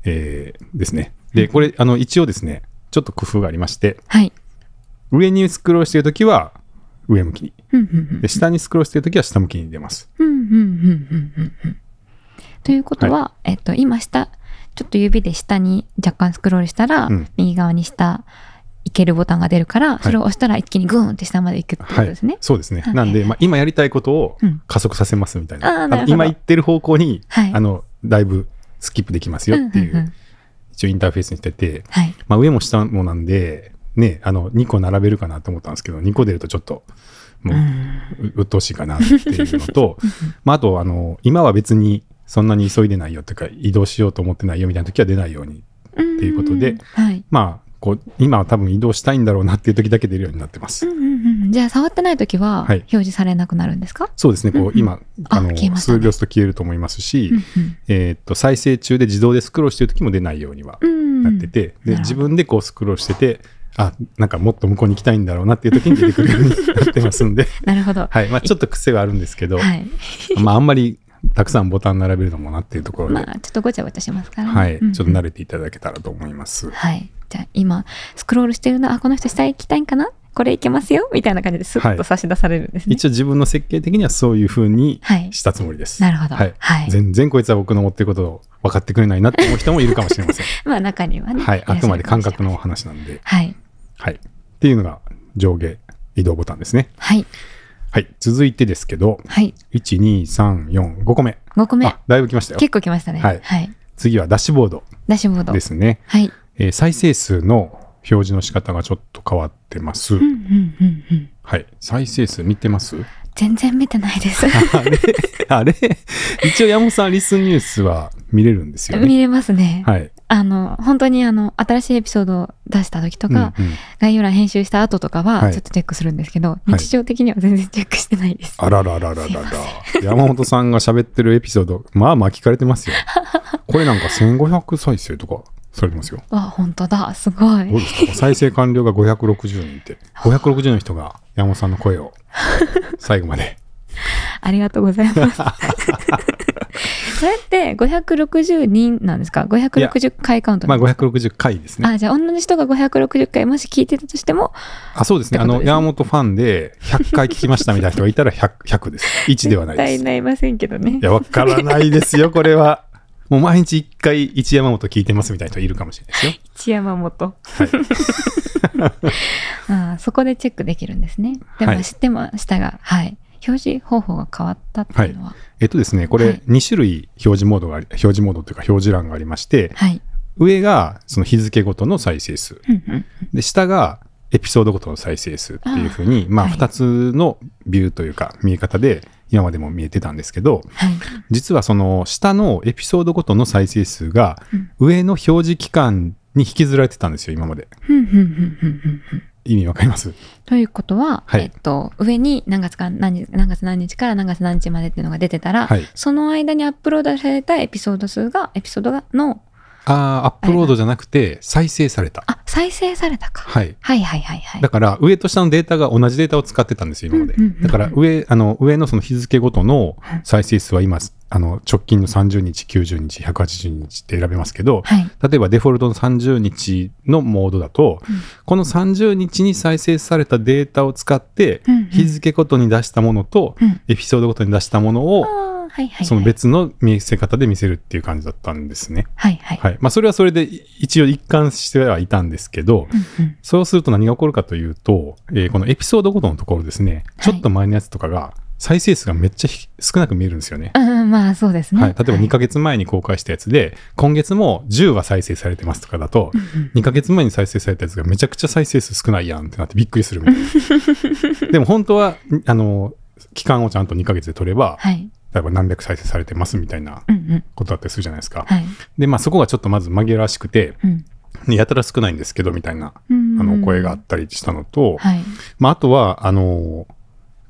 えー、ですねでこれあの一応ですねちょっと工夫がありましてはい。上にスクロールしてるときは上向きにうんうんで下にスクロールしてるときは下向きに出ますうん。うんうんうんうんうん。ということは、えっと、今下、ちょっと指で下に若干スクロールしたら、うん右側に下、いけるボタンが出るから、それを押したら一気にグーンって下まで行くってことですね。そうですね。はいなんで、まあ、今やりたいことをうん加速させますみたいあーな。なるあほのど今言ってる方向に、はいあの、だいぶスキップできますよっていんんんう、一応インターフェースにしてて、はい。まあ、上も下もなんで、ね、あの、2個並べるかなと思ったんですけど、2個出るとちょっと、もう、う鬱陶しいかなっていうの と、まあ、あと、あの、今は別にそんなに急いでないよとか、移動しようと思ってないよみたいな時は出ないように、ってていうことではい。まあ、こう、今は多分移動したいんだろうなっていう時だけ出るようになってますうん。うんうん、じゃあ触ってない時ははい表示されなくなるんですか、そうですね、うんこううん今、ああの、消えましたね数秒すると消えると思いますしうん、うんえーっと、再生中で自動でスクロールしてる時も出ないようにはうんなってて、なるほどで、自分でこうスクロールしてて、あ、なんかもっと向こうに行きたいんだろうなっていう時に出てくるようになってますん で、なるほど。はい。まあちょっと癖はあるんですけど、はい。まああんまりたくさんボタン並べるのもなっていうところで、まあ、ちょっとごちゃごちゃしますからね。はい。ちうょんっと慣れていただけたらと思います。はい。じゃあ今、スクロールしてるな、あ、この人下行きたいんかなこれ行けますよみたいな感じでスッと差し出されるんですね。一応自分の設計的にはそういう風にはいしたつもりです。なるほどはい。はい全然こいつは僕の思ってることを分かってくれないなって思う人もいるかもしれません。 まあ中にはね。はい。あくまで感覚の。の話なんで、はい。はい。っていうのが上下移動ボタンですね。はい。はい。続いてですけど、はい。 1、2、3、4、5個目。 5個目あ。、だいぶ来ましたよ。結構来ましたね。はいはい。次はダッシュボードダッシュボード。ですね。はい。えー再生数の表示の仕方がちょっと変わってます。うんうんうんうん。はい。再生数見てます 全然見てないです。あれあれ一応山本さん、リスニュースは見れるんですよ見ね。れますね。はい。あの、本当にあの、新しいエピソードを出した時とうんうんか、概要欄編集した後とかはは、いちょっとチェックするんですけど、い日常的には全然チェックしてないです。あららららららら。山本さんが喋ってるエピソード、まあ巻きかれて ますよ。これなんか1500再生とかされてますよ。わ、本当だ、すごどうい。ですか再生完了が560人って560人の人が山本さんの声 を最後までありがとうござい ます。それって560人なんですか ?560 回カウントまなあんですか560回ですねあ、じゃあ同じ人が560回もし聞いてたとしても、あそうですねってあことのですね山本ファンで100回聞きましたみたいな人がいたら 100, 100です1ではないです絶対なりませんけどねい。 やわからないですよこれはもう毎日1回一山本聞いてますみたいな人いるかもしれないですよ一山本。はい、 あーそこでチェックできるんですね。ではもい知ってましたが、はい。表示方法が変わったっていうのは。えっとですねこはれい2種類表示モードがあり表示モードというか表示欄がありましてはい。上がその日付ごとの再生数うんうんで下がエピソードごとの再生数っていうふうにまあはい2つのビューというか見え方で今までも見えてたんですけどはい。実はその下のエピソードごとの再生数が上の表示期間に引きずられてたんですよ今までふんふんふんふんふんふん意味わかりますということは、はいえっと、上に何月から何日何月何日から何月何日までっていうのが出てたら、はいその間にアップロードされたエピソード数が、エピソードがのああ、アップロードじゃなくて、再生された。あ、再生されたか。はい。はいはいはいはい。だから、上と下のデータが同じデータを使ってたんですよ、今までうんうんうんう。んだから、上、あの、上のその日付ごとの再生数は今、あの、直近の30日、90日、180日って選べますけど、はい。例えばデフォルトの30日のモードだと、うんこの30日に再生されたデータを使って、うんうん日付ごとに出したものと、うんエピソードごとに出したものを、あーはいはいはい。その別の見せ方で見せるっていう感じだったんですね。はいはい。はい。まあ、それはそれで一応一貫してはいたんですけど、うんうんそうすると何が起こるかというと、えーこのエピソードごとのところですね、はいちょっと前のやつとかが再生数がめっちゃひ少なく見えるんですよね。うんうん、まあそうですね。はい、例えば2ヶ月前に公開したやつで、今月も10は再生されてますとかだと、2ヶ月前に再生されたやつがめちゃくちゃ再生数少ないやんってなってびっくりするみた いな。でも本当は、あの、期間をちゃんと2ヶ月で取れば、はい。はい。例えば何百再生されてますみたいなうんうん。ことだったりするじゃないですか。はい。で、まあそこがちょっとまず紛らわしくて、うんやたら少ないんですけどみたいな、あうんうの、ん声があったりしたのと、はい。まああとは、あの、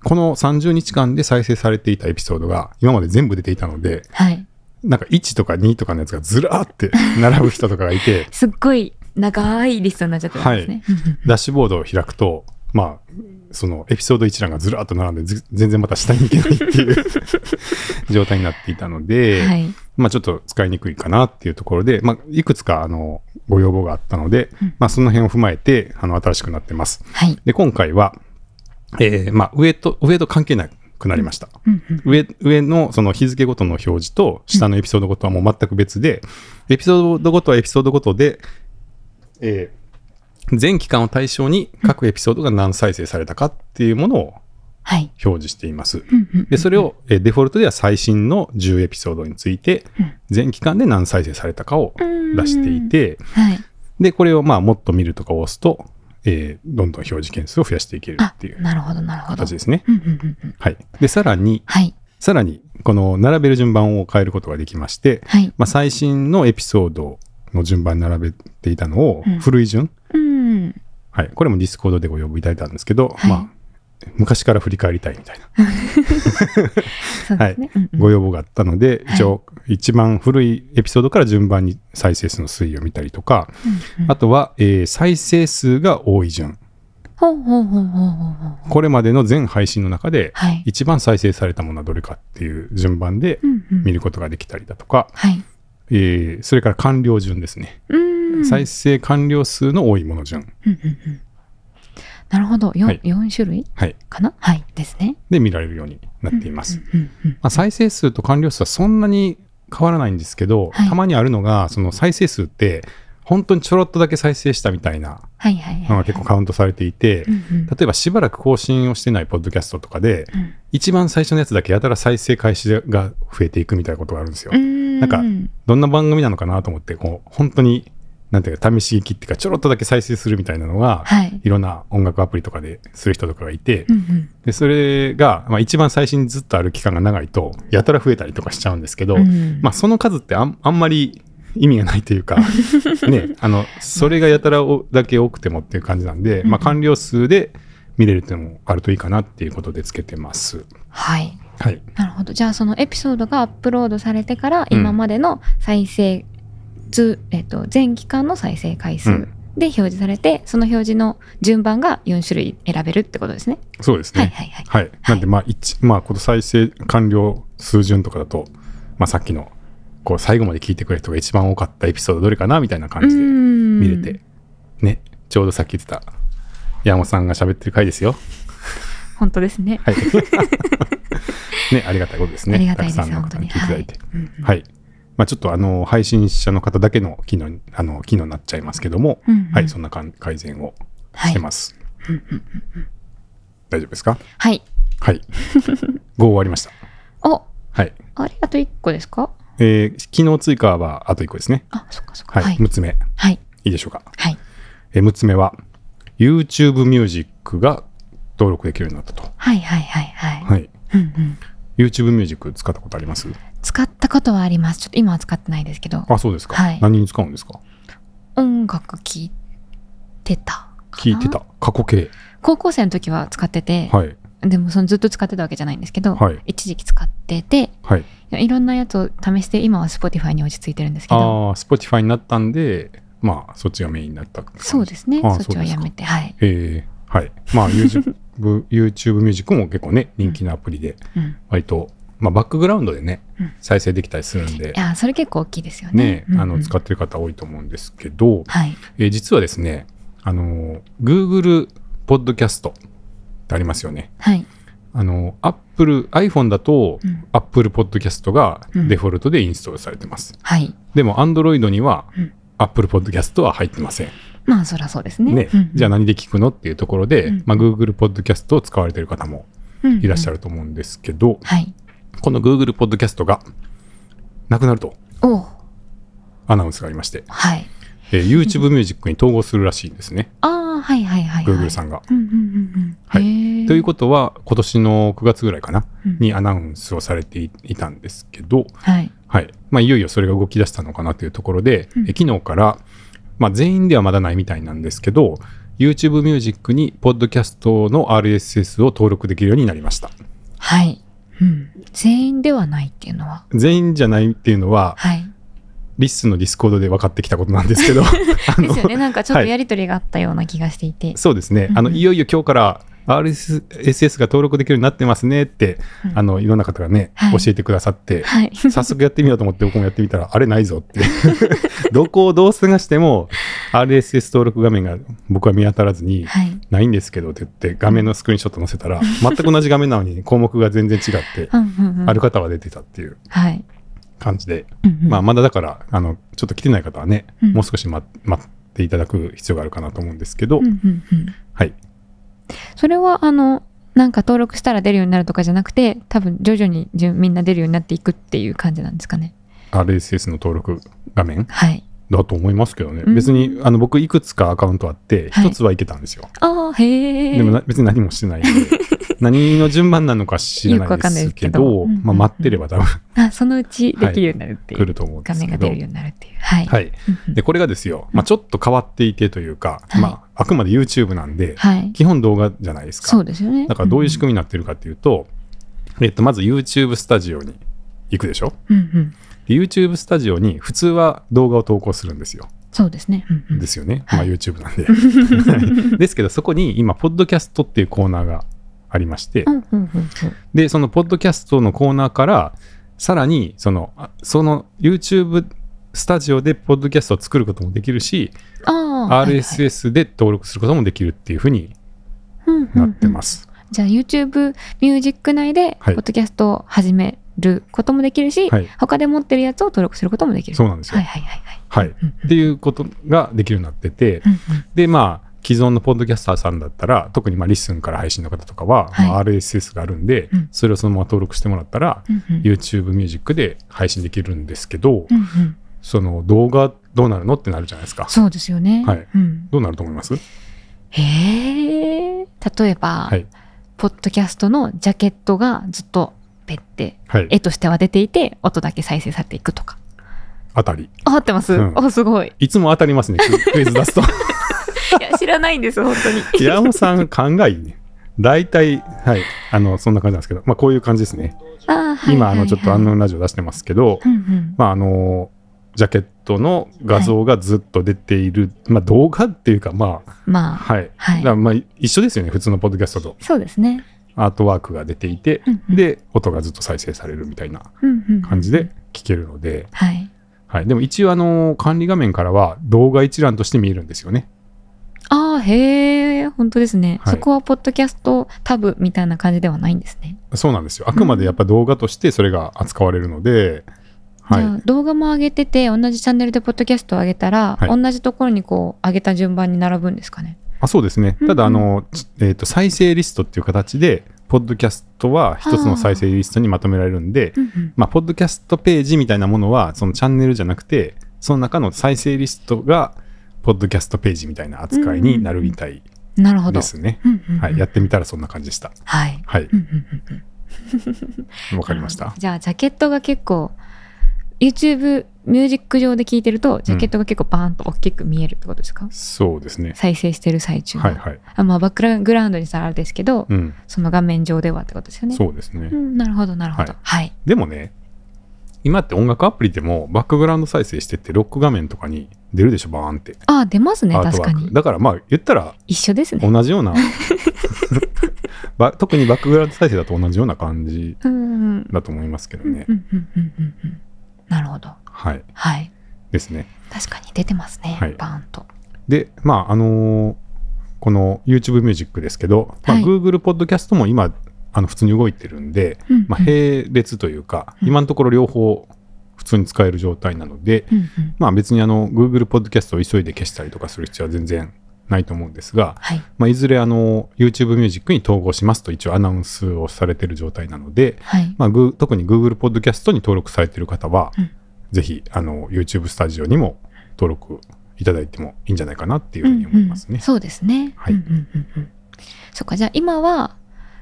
この30日間で再生されていたエピソードが今まで全部出ていたので、はい。なんか1とか2とかのやつがずらーっ 、て並ぶ人とかがいてすっごい長いリストになっちゃってますね。ダッシュボードを開くと、まあ、そのエピソード一覧がずらーっと並んで、ず全然また下に行けないっていう 状態になっていたので、はい。まあちょっと使いにくいかなっていうところで、まあいくつかあのご要望があったので、まあその辺を踏まえて、あの新しくなってます。はい。で、今回は、えーまあ上と、上と関係なくなりました。うんうん上上のその日付ごとの表示と下のエピソードごとはもう全く別で、エピソードごとはエピソードごとで、えー全期間を対象に各エピソードが何再生されたかっていうものをはい。表示しています。うんうんで、それを、えーデフォルトでは最新の10エピソードについてうん、全期間で何再生されたかを出していて、はい。で、これをまあもっと見るとかを押すと、えーどんどん表示件数を増やしていけるあってい、うなるほど、なるほど形。ですね。うんうんうんうんはい。で、さらに、はい。さらに、この並べる順番を変えることができまして、はい。まあ、最新のエピソードの順番に並べていたのをうん古い順、うん。はい、これもディスコードでご要望いただいたんですけど、はいまあ、昔から振り返りたいみたいな、そうはでいすね。うんうんご要望があったので、一応一番古いエピソードから順番に再生数の推移を見たりとか、うんうんあとは、えー再生数が多い順ほうほうほうほうほうほう。これまでの全配信の中ではい。一番再生されたものはどれかっていう順番でうんうん見ることができたりだとか、はい。えーそれから完了順ですね、うん。再生完了数の多いもの順、うんうんうんなるほど。はよい四種類はい、かなはい。ですね。で見られるようになっています。うんうんまあ、再生数と完了数はそんなに変わらないんですけど、はいたまにあるのがその再生数って本当にちょろっとだけ再生したみたいなはいはいはい。のが結構カウントされていて、うんうん例えばしばらく更新をしてないポッドキャストとかで、ん一番最初のやつだけやたら再生開始が増えていくみたいなことがあるんですよ。うんなんかどんな番組なのかなと思ってこう本当になんていうか試し聞きっていうかちょろっとだけ再生するみたいなのが、はい。いろんな音楽アプリとかでする人とかがいて、うんうんでそれが、まあ、一番最初にずっとある期間が長いとやたら増えたりとかしちゃうんですけど、うんまあ、その数ってあんあんまり意味がないという か、ね、あのそれがやたらおだけ多くてもっていう感じなんで、まあ、完了数で見れるっていうのもあるといいかなっていうことでつけてます。はい。はい、なるほど。じゃあそのエピソードがアップロードされてからうん今までの再生、ずえっと全期間の再生回数うんで表示されて、その表示の順番が4種類選べるってことですね。そうですね、はいはいはい。はい、なんで、まあ、一、まあ、この再生完了数順とかだと、まあ、さっきの。こう、最後まで聞いてくれた人が一番多かったエピソードどれかなみたいな感じで見れ見て。ね、ちょうどさっき言ってた。山本さんが喋ってる回ですよ。本当ですね。 はい。ね、ありがたいことですね。ありがたいですたくさんの方に聞いていただいて。うんうんはい。まあ、ちょっと、あの、配信者の方だけの機能に、あの、機能になっちゃいますけども。うんうんはい、そんなかん改善をしてます。大丈夫ですか。はい。はい。5終わりました。おはい。あれあと1個ですかえー、機能追加はあと1個ですね。あそっかそっか。はい。はい。 6つ目。いはい。いでしょうか。はい。えー、6つ目は、YouTube ミュージックが登録できるようになったと。はいはいはいははい。い。うんうん、 YouTube ミュージック使ったことあります使ったことはあります。ちょっと今は使ってないですけど、あ、そうですか。はい何に使うんですか音楽聴いてたか聞ないてた。過去形。高校生の時は使ってて、はい。でもそのずっと使ってたわけじゃないんですけど、はい一時期使っててはい。いろんなやつを試して今は Spotify に落ち着いてるんですけどああ、Spotify になったんで、まあ、そっちがメインになった感じそうですねあーそっちはやめてはい、えーはい。まあ、YouTube, YouTube ミュージックも結構ね、人気のアプリで、うん、割と、まあ、バックグラウンドでねうん、再生できたりするんでい、やーそれ結構大きいですよねね、あの、使っってる方多いと思うんですけど、はいえー実はですね、あの、Google ポッドキャストってありますよね。はい、あの、Apple、iPhone だとう、ん、 Apple ポッドキャストがうんデフォルトでインストールされてます。はいでも、Android にはうん、 Apple ポッドキャストは入ってません。まあそりゃそうですねねうん、じゃあ何で聞くのっていうところで、うんまあ、Google ポッドキャストを使われてる方もいらっしゃる、ると思うんですけど、はいこの Google ポッドキャストがなくなるとおうアナウンスがありまして、はいえー YouTube ミュージックに統合するらしいんですね、ああはいはいはい、はい、 Google さんが。うんうんうんうはんいへーということは、今年の9月ぐらいかな、うんにアナウンスをされていいたんですけど、はいはいまあ、いよいよそれが動き出したのかなというところで、うんえ昨日から、まあ、全員ではまだないみたいなんですけど、YouTube ミュージックに、ポッドキャストの RSS を登録できるようになりました。はい、うん、全員ではないっていうのは全員じゃないっていうのは、はいリッスンのディスコードで分かってきたことなんです けど、あでのすよねなんかちょっはといやりとりがあったような気がしていて、そうですね、うんあのいよいよ今日から RSS が登録できるようになってますねって、うんあのいろんな方がね、はい教えてくださって、はい早速やってみようと思って僕もやってみたら、あれないぞって、 どこをどう探しても RSS 登録画面が僕は見当たらずに、はいないんですけどって言って、画面のスクリーンショット載せたら、全く同じ画面なの に項目が全然違って、うんうんうんある方は出てたっていうはい、感じで、うんうんまあ、まだだからあのちょっと来てない方はね、うんもう少し待待っていただく必要があるかなと思うんですけど、うんうんうんはいそれはあのなんか登録したら出るようになるとかじゃなくて多分徐々にじゅみんな出るようになっていくっていう感じなんですかね RSS の登録画面はいだと思いますけどね、うん別にあの僕いくつかアカウントあってはい一つはいけたんですよ、あーへえでもな別に何もしてないんで 何の順番なのか知らよくなわかいんなでいですすけけどどうんうんうんまあ、待ってれば多分あそのうちできるようになるっていう、来ると思うんで画す面けがど出るようになるっていうはい、はいうんうんでこれがですよ、まあ、ちょっと変わっていてというか、はいまあ、あくまで YouTube なんで、はい、基本動画じゃないですかそうですよねだからどういう仕組みになってるかっていうと、えっと、まず YouTube スタジオに行くでしょみ、うんうん、で YouTube スタジオに普通は動画を投稿するんですよ。そうですね、うんうん、ですよね。はいまあ YouTube なんではい。ですけどそこに今、ポッドキャストっていうコーナーがありましてう、んうんうんうんで、そのポッドキャストのコーナーから、さらにその、あその YouTube スタジオでポッドキャストを作ることもできるし、ああ、RSS で登録することもできるっていうふうになってますす。じゃあ YouTube ミュージック内でポはいッドキャストを始めることもできるし、はい他で持ってるやつを登録することもできるそうなんですはよい。はいはいはいはい。っていうことができるようになってて、うんうんでまあ既存のポッドキャスターさんだったら特にまあリッスンから配信の方とかは、はいまあ RSS があるんで、うんそれをそのまま登録してもらったら、うんうん YouTube ミュージックで配信できるんですけど、うんうんその動画どうなるのってなるじゃないですかそうですよね。はいうん、どうなると思いますへえ例えば、はいポッドキャストのジャケットがずっとペッてはい絵としては出ていて音だけ再生されていくとか。当たりあ合ってます、うんあすごい。いつも当たりますねククイズ出す といや知らないんです本当に。 平尾さん考えいいね大体はいあのそんな感じなんですけどまあこういう感じですねあーはい今はあいのはいちょっと「アンノンラジオ」出してますけど、うんうんまああのジャケットの画像がずっと出ている、まあ動画っていうかまあまあ、はい、はいだからまあ一緒ですよね普通のポッドキャストとそうですね。アートワークが出ていて、うんうんで音がずっと再生されるみたいなうんうんうん感じで聞けるので、はい。はい、でも一応あの管理画面からは動画一覧として見えるんですよねああ、へえ、本当ですね、はいそこはポッドキャストタブみたいな感じではないんですね。そうなんですよあくまでやっぱ動画としてそれが扱われるので、じゃはあ動画も上げてて、同じチャンネルでポッドキャストを上げたら、はい同じところにこう上げた順番に並ぶんですかね。い、あそうですねただあの、えー、と再生リストっていう形でポッドキャストは一つの再生リストにまとめられるんで、まあ、ポッドキャストページみたいなものは、そのチャンネルじゃなくて、その中の再生リストが、ポッドキャストページみたいな扱いになるみたいなるほどで。すね。うんうんうんはい、やってみたらそんな感じでした。はい。はいうん、うんうんうんわかりました。じゃあ、ジャケットが結構、YouTube ミュージック上で聞いてると、ジャケットが結構バーンと大きく見えるってことですか、そうですね。再生してる最中ははいはい。あまあ、バックグラウンドにさらあれですけど、うん、その画面上ではってことですよね。そうですねう。ん、なるほど、なるほど。はい。でもね、今って音楽アプリでもバックグラウンド再生してってロック画面とかに出るでしょバーンって、あ、出ますね、アー確トワかーにク。だからまあ言ったら一緒ですね。同じような ば特にバックグラウンド再生だと同じような感じうんうん。だと思いますけどうんうんね、うんうんうんうんなるほど。はいはい。ですね確かに出てますね、はいバーンと。でまああのーこの YouTube ミュージックですけど、まあ、はい Google ポッドキャストも今あの普通に動いてるんで、うんうんまあ、並列というか、うん今のところ両方普通に使える状態なので、うんうんまあ別にあの Google ポッドキャストを急いで消したりとかする必要は全然ないと思うんですが、はい。まあ、いずれあの YouTube ミュージックに統合しますと一応アナウンスをされている状態なので、はい。まあ、グー特に Google ポッドキャストに登録されている方は、うんぜひあの YouTube スタジオにも登録いただいてもいいんじゃないかなっていうふうに思いますうんうねん。そうですね。はいうんうんうんうんそっか、じゃあ今は、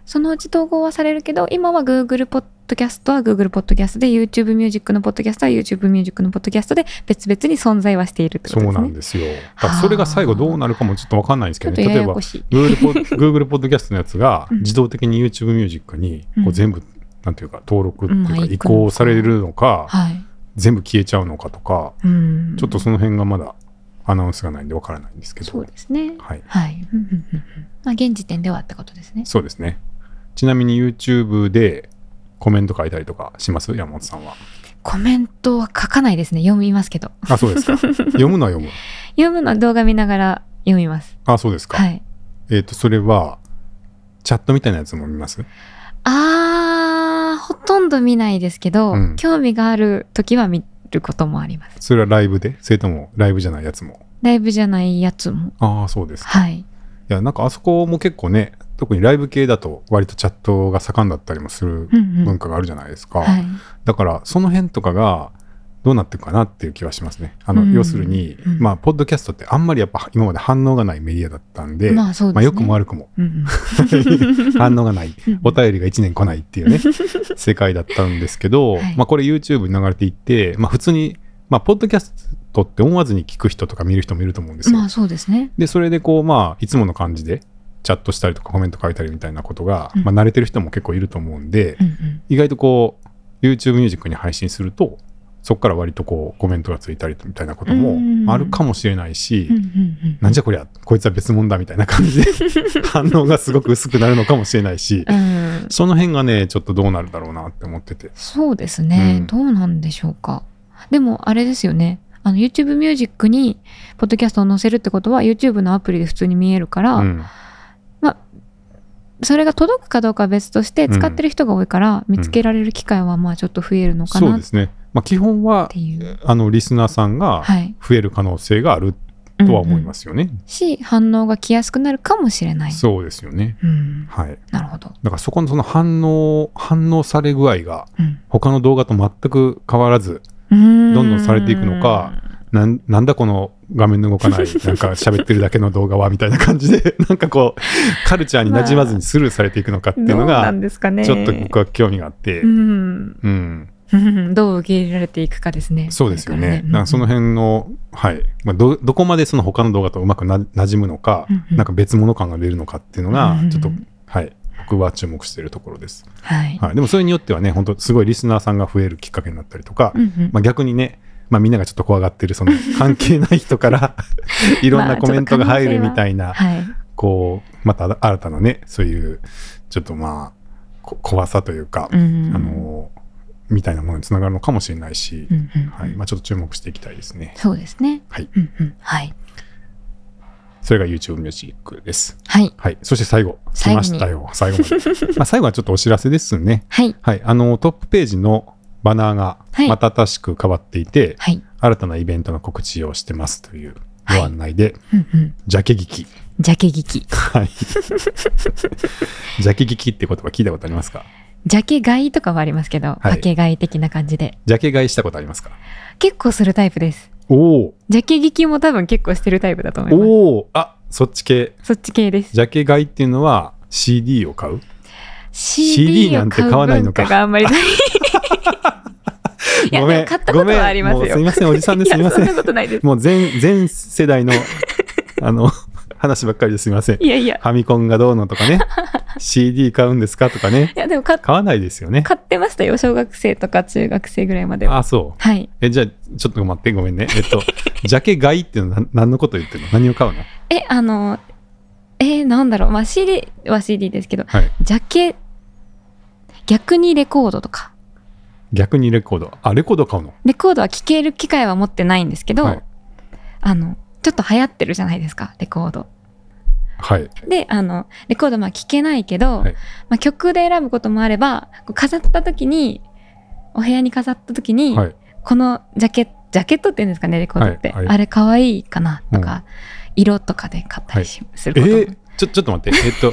そのうち統合はされるけど、今は Google ポッドキャストは Google ポッドキャストで、YouTube ミュージックのポッドキャストは YouTube ミュージックのポッドキャストで、別々に存在はしているってそことですうね。なんですよ。だからそれが最後どうなるかもちょっとわかんないんですちけょっどとね。や例えやばこしい。 Google ポ Google ポッドキャストのやつがうん自動的に YouTube ミュージックにこうんう全部、なんていうか登録ってうんまいあうか移行くのか行されるのか、はい。全部消えちゃうのかとか、うん。ちょっとその辺がまだアナウンスがないんでわからないんですけど。そうですね。はい。はい。うんうんうんうんまあ、現時点ではってことですね。そうですね。ちなみに YouTube でコメント書いたりとかします山本さんは。コメントは書かないですね。読みますけど。あ、そう ですか。読むのは読む。読むのは動画見ながら読みます。あ、そうですか。はい。えっ、と、それは、チャットみたいなやつも見ますあー、ほとんど見ないですけど、うん興味がある時は見ることもあります。それはライブでそれともライブじゃないやつも。ライブじゃないやつも。ああ、そうですか。はい。いや、なんかあそこも結構ね、特にライブ系だと割とチャットが盛んだったりもするうんう文ん。化があるじゃないですか。はい。だからその辺とかがどうなっていくかなっていう気はしますね。あうのん要するに、うんまあ、ポッドキャストってあんまりやっぱ今まで反応がないメディアだったんで、まあまあそうですね。良くもある。悪く もうん反応がないうん。お便りが1年来ないって いうね世界だったんですけど、はいまあ、これ YouTube に流れていって、まあ、普通に、まあ、ポッドキャストって思わずに聞く人とか見る人もいると思うんですよ。まあそうですね。でそれでこうまあいつもの感じでチャットしたりとかコメント書いたりみたいなことが、うんまあ、慣れてる人も結構いると思うんで、うんうん。意外とこう YouTube ミュージックに配信するとそこから割とこうコメントがついたりみたいなことうんもあるかもしれないし、うんうんなんじゃこりゃこいつは別物だみたいな感 じで反応がすごく薄くなるのかもしれないし、うん。うん。その辺がねちょっとどうなるだろうなって思っててそうですね、うんどうなんでしょうかでもあれですよねあの YouTube ミュージックにポッドキャストを載せるってことは YouTube のアプリで普通に見えるから、うんそれが届くかどうかは別としてうん使ってる人が多いから、見つけられる機会はまあちょっと増えるのかそうなっですね、まあ、基本はていうあのリスナーさんがはい、増える可能性があるとは思いますすよね、うんうんし反応が来やすくなるかもしれないそうですよねうん、はいなるほど、だからそこのその反応反応され具合がうん、他の動画と全く変わらずどんどんどんされていくのかなんなんだこの画面の動 かないなんか喋ってるだけの動画はみたいな感じで なんかこうカルチャーになじまずにスルーされていくのかっていうどのうがなんですかねちょっと僕は興味があって、うん、うん、どう受け入れられていくかですねそうですよこれねか。らだからその辺の、はいまあ、どどこまでその他の動画とうまくな馴染むのか、うんうんなんか別物感が出るのかっていうのがうんちょっと、はい、僕は注目しているところです。はい、はい、でもそれによってはね本当すごいリスナーさんが増えるきっかけになったりとか、うんうんまあ、逆にね、まあ、みんながちょっと怖がってるその関係ない人から いろんまなあコメントが入るみたいな、はい、こうまた新たなねそういうちょっとまあこ怖さというか、うんあのみたいなものにつながるのかもしれないし、うんうんはいまあ、ちょっと注目していきたいですね。そうですね。はい、うんうんはい。それが YouTube ミュージックです。はい。はい、そして最後、来最後まにしたよ、最後まで。 まあ最後はちょっとお知らせですね。はい。はい、あのトップページのバナーがはい瞬しく変わっていて、はい。新たなイベントの告知をしてますというご案内で、うんうん。ジャケ劇。ジャケ聞き。はい。ジャケ劇って言葉聞いたことありますかジャケ買いとかはありますけど、いパケ買い的な感じで。ジャケ買いしたことありますか結構するタイプです。おおジャケ聞きも多分結構してるタイプだと思いまおおあそっち系。す。そっち系です。ジャケ買いっていうのは CD を買う CD なんをて買う買わないの文か化があんまりない。いや、ごでめんも買ったことはありますごめんもうよ。すいませんおじさんですいやすいません そんなことないです。もう全全世代のあの話ばっかりですみません。フいやいや。ァミコンがどうのとかね、CD 買うんですかとかね、いや、でも買っ買わないですよね。買ってましたよ。小学生とか中学生ぐらいまでは。あ、そう。はい。え、じゃあ、ちょっと待って、ごめんね。えっ と、ジャケ買いっていうのは何何のこと言ってるの何を買うのえ、あの、えーなんだろう。まあ、CD は CD ですけど、はい。ジャケ、逆にレコードとか。逆にレコード。あ、レコード買うのレコードは聴ける機会は持ってないんですけど、はいあの、ちょっと流行ってるじゃないですか、レコード。はい。で、あの、レコードまあ聴けないけど、はいまあ、曲で選ぶこともあれば、こう飾った時に、お部屋に飾った時に、はい。このジャケット、ジャケットって言うんですかね、レコードって。はいはいあれ可愛いかなとか、色とかで買ったりし、すえることも。ーちょ、ちょっと待って。えっ と、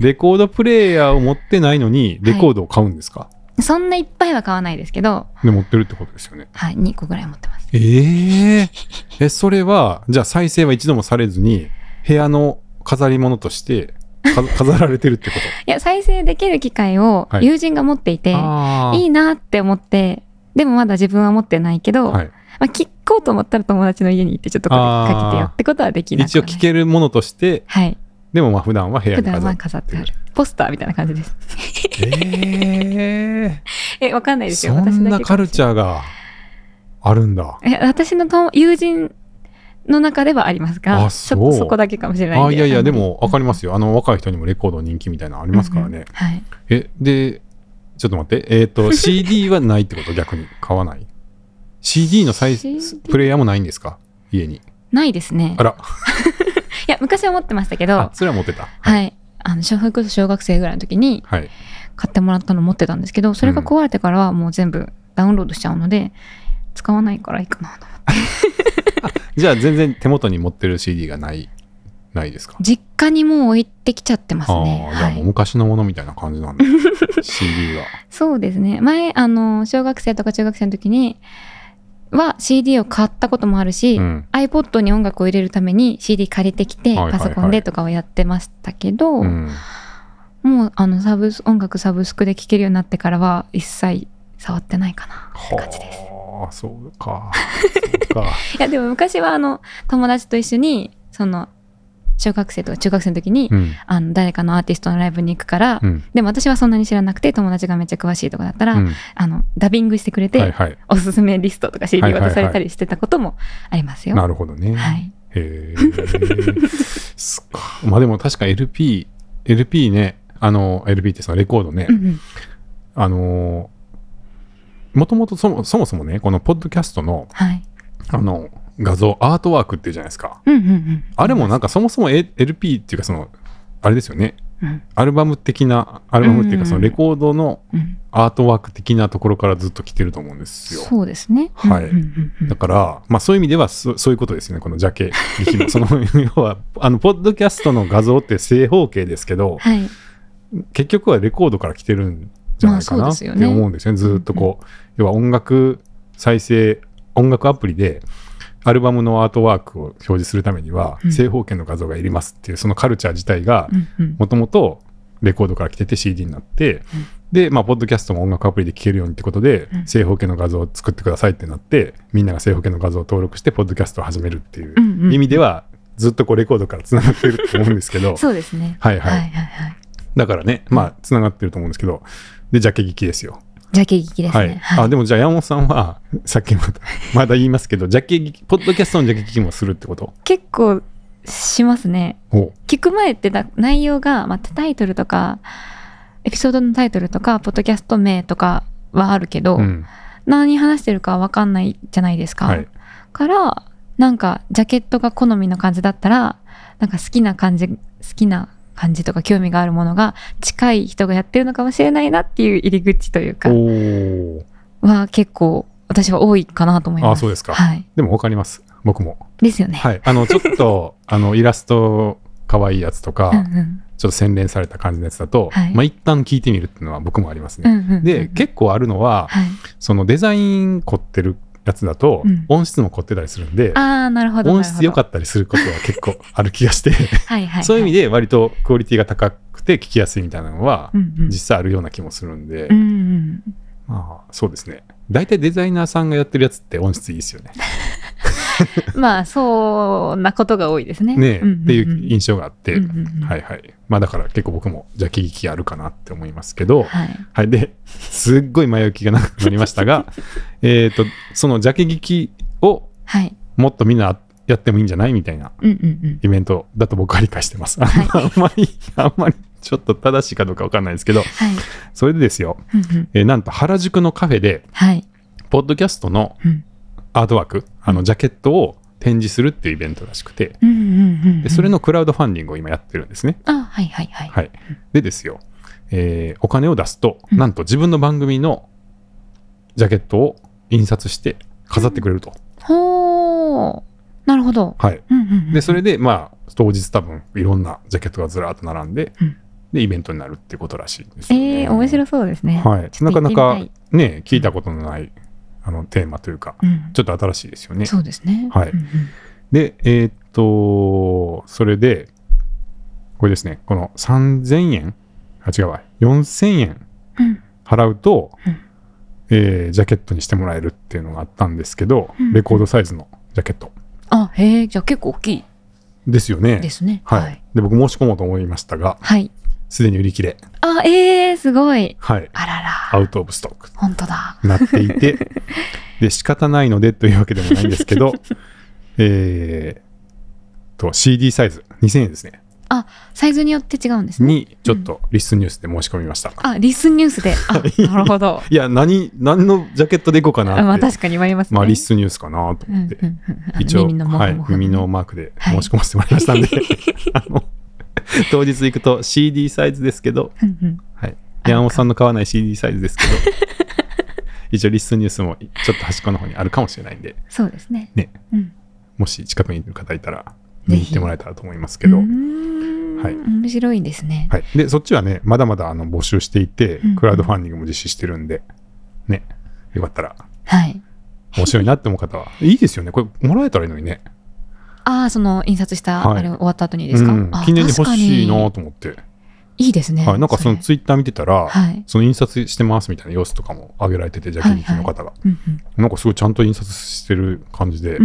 レコードプレイヤーを持ってないのに、レコードを買うんですか、そんないっぱいは買わないですけど、で、持ってるってことですよね。はい、2個ぐらい持ってます。え ー、え、それは、じゃあ再生は一度もされずに、部屋の飾り物として、か 飾られてるってこいや、再生できる機会をはい友人が持っていて、と。あーいいなって思って、でもまだ自分は持ってないけど、はい、まあ、聞こうと思ったら友達の家に行ってちょっとこれかけてよってことはできなくは一応ない聞けるものとして、はい。でもまあ普段は部屋普に段飾はる。飾ってある。ポスターみたいな感じです。ええ、わかんないー、ですよ。そん私だなけカルチャーがあるんだ。え、私の友友人の中ではありますあが、ちょっそとうそこだけかもしれないんあいやいや、でんまりも分かりますよ。あの若い人にもレコード人気みたいなのありますからね。うんうんはい。え、で、ちょっと待って。えっ、 と、CD はないってこと逆に。買わない。CD の再 CD プレイヤーもないんですか家に。ないですねあ。ら、 いや、昔は持ってましたけど、あ、それは持ってた。はい。あの、小学校小学生ぐらいの時にはい。買ってもらったの持ってたんですけど、それが壊れてからはもう全部ダウンロードしちゃうので、使わないからいいかなと思ってじゃあ全然手元に持ってる CD がない、ないですか実家にもう置いてきちゃってますああね。ー、じゃあはもうい、昔のものみたいな感じなん だ。CD が。そうですね。前、あの、小学生とか中学生の時には CD を買ったこともあるし、うん iPod に音楽を入れるために CD 借りてきて、はいはいはいパソコンでとかをやってましたけど、うん。もうあのサブス音楽サブスクで聴けるようになってからは一切触ってないかなって感じです。はあ、そう か。そうか。いやでも昔はあの友達と一緒にその小学生とか中学生の時に、うん。あの誰かのアーティストのライブに行くから、うん。でも私はそんなに知らなくて友達がめっちゃ詳しいとかだったら、うんあのダビングしてくれて、はいはい。おすすめリストとか CD はいはいはい渡されたりしてたこともありますよ。なるほどね。はい、へえ。 すっか。まあでも確か LP、LP ね、あの、LP ってそのレコードね、うんうんあのー、もともとそもそもそもね、このポッドキャストの、はいあの、画像、アートワークっていうじゃないですか。うんうんうんあれもなんかそもそも A- LP っていうかその、あれですよね。うんアルバム的な、アルバムっていうかそのレコードのうんアートワーク的なところからずっと来てると思うんですよ。そうですね。はいうんうんうんうだんから、まあそういう意味ではそ、そういうことですよね、このジャ ケ劇の。その、要は、あの、ポッドキャストの画像って正方形ですけど、はい、結局はレコードから来てるんじゃないかまなあっそうですてよね思うんですよね。ずっとこう、要は音楽再生、音楽アプリで、アルバムのアートワークを表示するためにはう、ん正方形の画像がいりますっていう、そのカルチャー自体がう、んうんもともとレコードから来てて CD になって、で、まあ、ポッドキャストも音楽アプリで聴けるようにってことで、うん正方形の画像を作ってくださいってなって、みんなが正方形の画像を登録して、ポッドキャストを始めるっていうんううん意味では、ずっとこうレコードからつながってると思うんですけど、 そうですね。はいはいはいはいはいだからね、まあ、つながってると思うんですけど、で、ジャケ聞きですよ。ジャケ聞きですはい。ね。あ、でもじゃあ、山本さんは、 さっきまた、まだ言いますけど、ジャケ聞き、ポッドキャストのジャケ聞きもするってこと結構しますね。お聞く前ってだ内容が、まあ、タイトルとかエピソードのタイトルとかポッドキャスト名とかはあるけど、うん。何話してるかわかんないじゃないですか。はい。からなんかジャケットが好みの感じだったらなんか好きな感じ好きな感じとか興味があるものが近い人がやってるのかもしれないなっていう入り口というおかーは結構私は多いかなと思います。あそうですかはい、でも、わかります。僕も。ですよね。はい、あのちょっ とあのイラスト可愛いやつとか、うんうんちょっと洗練された感じのやつだと、はいまあ一旦聞いてみるっていうのは僕もありますうんね。うんうんで結構あるのは、はい、そのデザイン凝ってるやつだと、うん音質も凝ってたりするんでああなるほど音質良かっったりすることは結構ある気がしてた、はいはいはい、そういう意味で、で割とクオリティが高くて聞きやすいみたいなのは、うんうん、実際あるような気もするんで、うんうん、まあそうですね大体デザイナーさんがやってるやつって音質いいですよね。まあそんなことが多いですね。ね、んんんっていう印象があって、うんうんうんはいはい。まあだから結構僕も、じゃあ、喜劇あるかなって思いますけど、はい。はい、で、 すっごい前置きが長くなりましたが、 えっと、そのジャケ劇をはい。もっとみんなやってもいいんじゃないみたいなうんうんイベントだと僕は理解してます。あんはいま,、 あんまり、あんまりちょっと正しいかどうかわかんないですけど、はい。それでですよ、うんうんえーなんと原宿のカフェで、はい。ポッドキャストのうんアートワーク、あのジャケットを展示するっていうイベントらしくて、うんうんうんうん。でそれのクラウドファンディングを今やってるんですね。あはいはいはい。はい。でですよ、えーお金を出すと、うんなんと自分の番組のジャケットを印刷して飾ってくれると。ほー。なるほど。はい。うんうんうん。で、それで、まあ、当日多分、いろんなジャケットがずらーっと並んで、うんで、イベントになるってことらしいですよね。ええー、面白そうですね。はい。ちょなっとかな行ってみたいか、ね、聞いたことのない、あの、テーマというか、うん。ちょっと新しいですよね。そうですね。はいうんうんで、えーっと、それで、これですね、この3000円あ、違うわ、4000円うん払うと、うんえージャケットにしてもらえるっていうのがあったんですけど、うんレコードサイズのジャケットあ、へえ、じゃあ結構大きいですよね。ですね。はい、。で、僕申し込もうと思いましたが、はい。すでに売り切れ、あ、ええ、すごい。はい、あらアら。ウトオブストック本当だ。なっていて、 で、仕方ないのでというわけでもないんですけど、えー、と、CD サイズ、2000円ですね。サイズによって違うんですね。にちょっとリスニュースで申し込みました。あ、リスンニュースで。あ、なるほど。 いや何何のジャケットでいこうかなって、あまあ確かに言われますね。まあリスニュースかなとうんう思っんて、うんうん。一応耳のもはいふもふ耳のマークで申し込ませてもらいましたんで、あの当日行くと CD サイズですけど、うんうんはい、あ山本さんの買わない CD サイズですけど一応リスニュースもちょっと端っこの方にあるかもしれないんでそうですね。ねうん。もし近くにいる方いたらぜ見ひに行ってもらえたらと思いますけど、うーんはい面白いですね。はい、でそっちはねまだまだあの募集していて、うんうんクラウドファンディングも実施してるんでねよかったらはい。面白いなって思う方は。いいですよね。これもらえたらいいのにね。ああ、その印刷した、はいあれ終わった後にですか。うんあ記念に欲しいな確かと思って。にいいですね。はい、なんかそのれツイッター見てたら、はい。その印刷してますみたいな様子とかも上げられてて、ジャケットの方が、うんなんかすごいちゃんと印刷してる感じで、うん。うー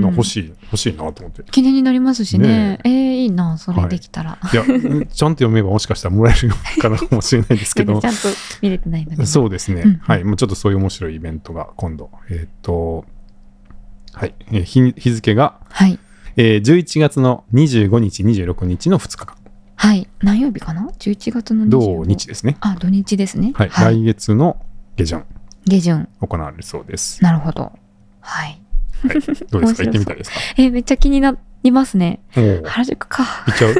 なんか欲しい、欲しいなと思って。記念になりますしね。ええいいな、そはれい できたら。いや、 うんちゃんと読めばもしかしたらもらえるのかなかもしれないですけ全ど然 ち、ゃんと見れてないんだけど。そうですね。うんはい。もうちょっとそういう面白いイベントが今度。えーっ、と、はい。えー日日付が、はい。えー11月の25日、26日の2日間。はい。何曜日かな ?11 月の25同日。ですね。あ、土日ですね。はい、来月の下旬下旬。行われるそうです。なるほど。はい。どうですか行面白そうってみたいですかえーめっちゃ気になりますね。おー原宿か。行っちゃう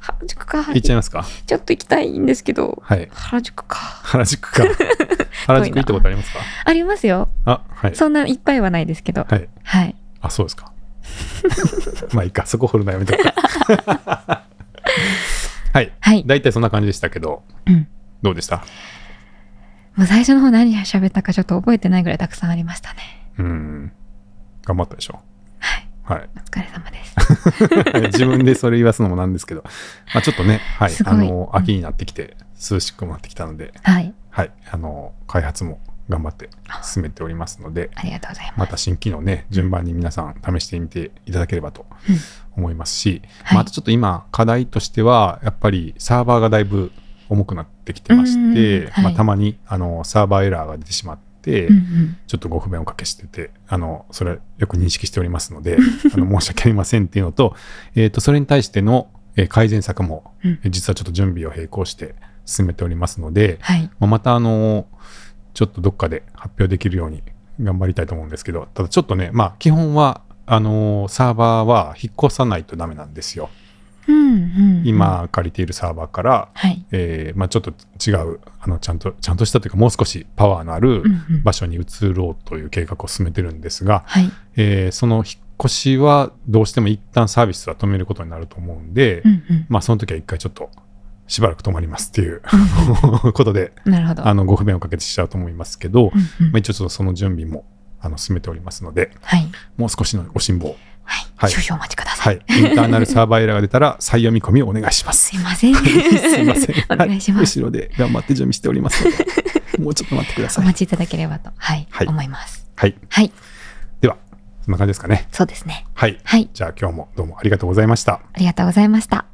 原宿か。行っちゃいますかちょっと行きたいんですけど。はい。原宿か。原宿か。原宿行ったことありますかありますよ。あ、はい。そんないっぱいはないですけど。はい。はい。あ、そう ですか。まあいいか、そこ掘るのやめとくか。 はい。はい。大体そんな感じでしたけどうん、どうでしたもう最初の方何喋ったかちょっと覚えてないぐらいたくさんありましたね。うん。頑張ったでしょはい。はい。 お疲れ様です。自分でそれ言わすのもなんですけど、まあちょっとね、はい。すごいあの、うん秋になってきて、涼しくもなってきたので、はい。はい、あの開発も頑張って進めておりますので、ありがとうございます。また新機能ね、順番に皆さん試してみていただければとうん思いますし、はいまああとちょっと今、課題としては、やっぱりサーバーがだいぶ重くなってきてましうんうんうてん、はいまあ、たまにあのサーバーエラーが出てしまって、うんうん。ちょっとご不便をおかけしてて、あの、それはよく認識しております ので、あの、申し訳ありませんっていうのと、えっ、と、それに対してのえー改善策も、うんえー実はちょっと準備を並行して進めておりますので、はい。まあ、またあのちょっとどっかで発表できるように頑張りたいと思うんですけどただちょっとねまあ基本はあのサーバーは引っ越さないとダメなんですようんうんうん。。今借りているサーバーから、はい。えーまあ、ちょっと違うあのちゃんとちゃんとしたというかもう少しパワーのあるうんうん場所に移ろうという計画を進めてるんですが、はい。えーその引っ越しはどうしても一旦サービスは止めることになると思うんで、うんうん。まあその時は一回ちょっとしばらく止まりますっていう うことでんなるほど。あのご不便をおかけしちゃうと思いますけど、うんうんまあ、一応ちょっとその準備もあの進めておりますので、はい。もう少しのご辛抱。ははいい。少々お待ちくださ。はい い。インターナルサーバーエラーが出たら再読み込みをお願いします。すいません。すすいません。お願いします。はい後ろで頑張って準備しておりますので、もうちょっと待ってくだ おさい。待ちいただければと、はいはい。思います。はい。はい。では、そんな感じですかね。そうですね。はい。はい。じゃあ今日もどうもありがとうございました。ありがとうございました。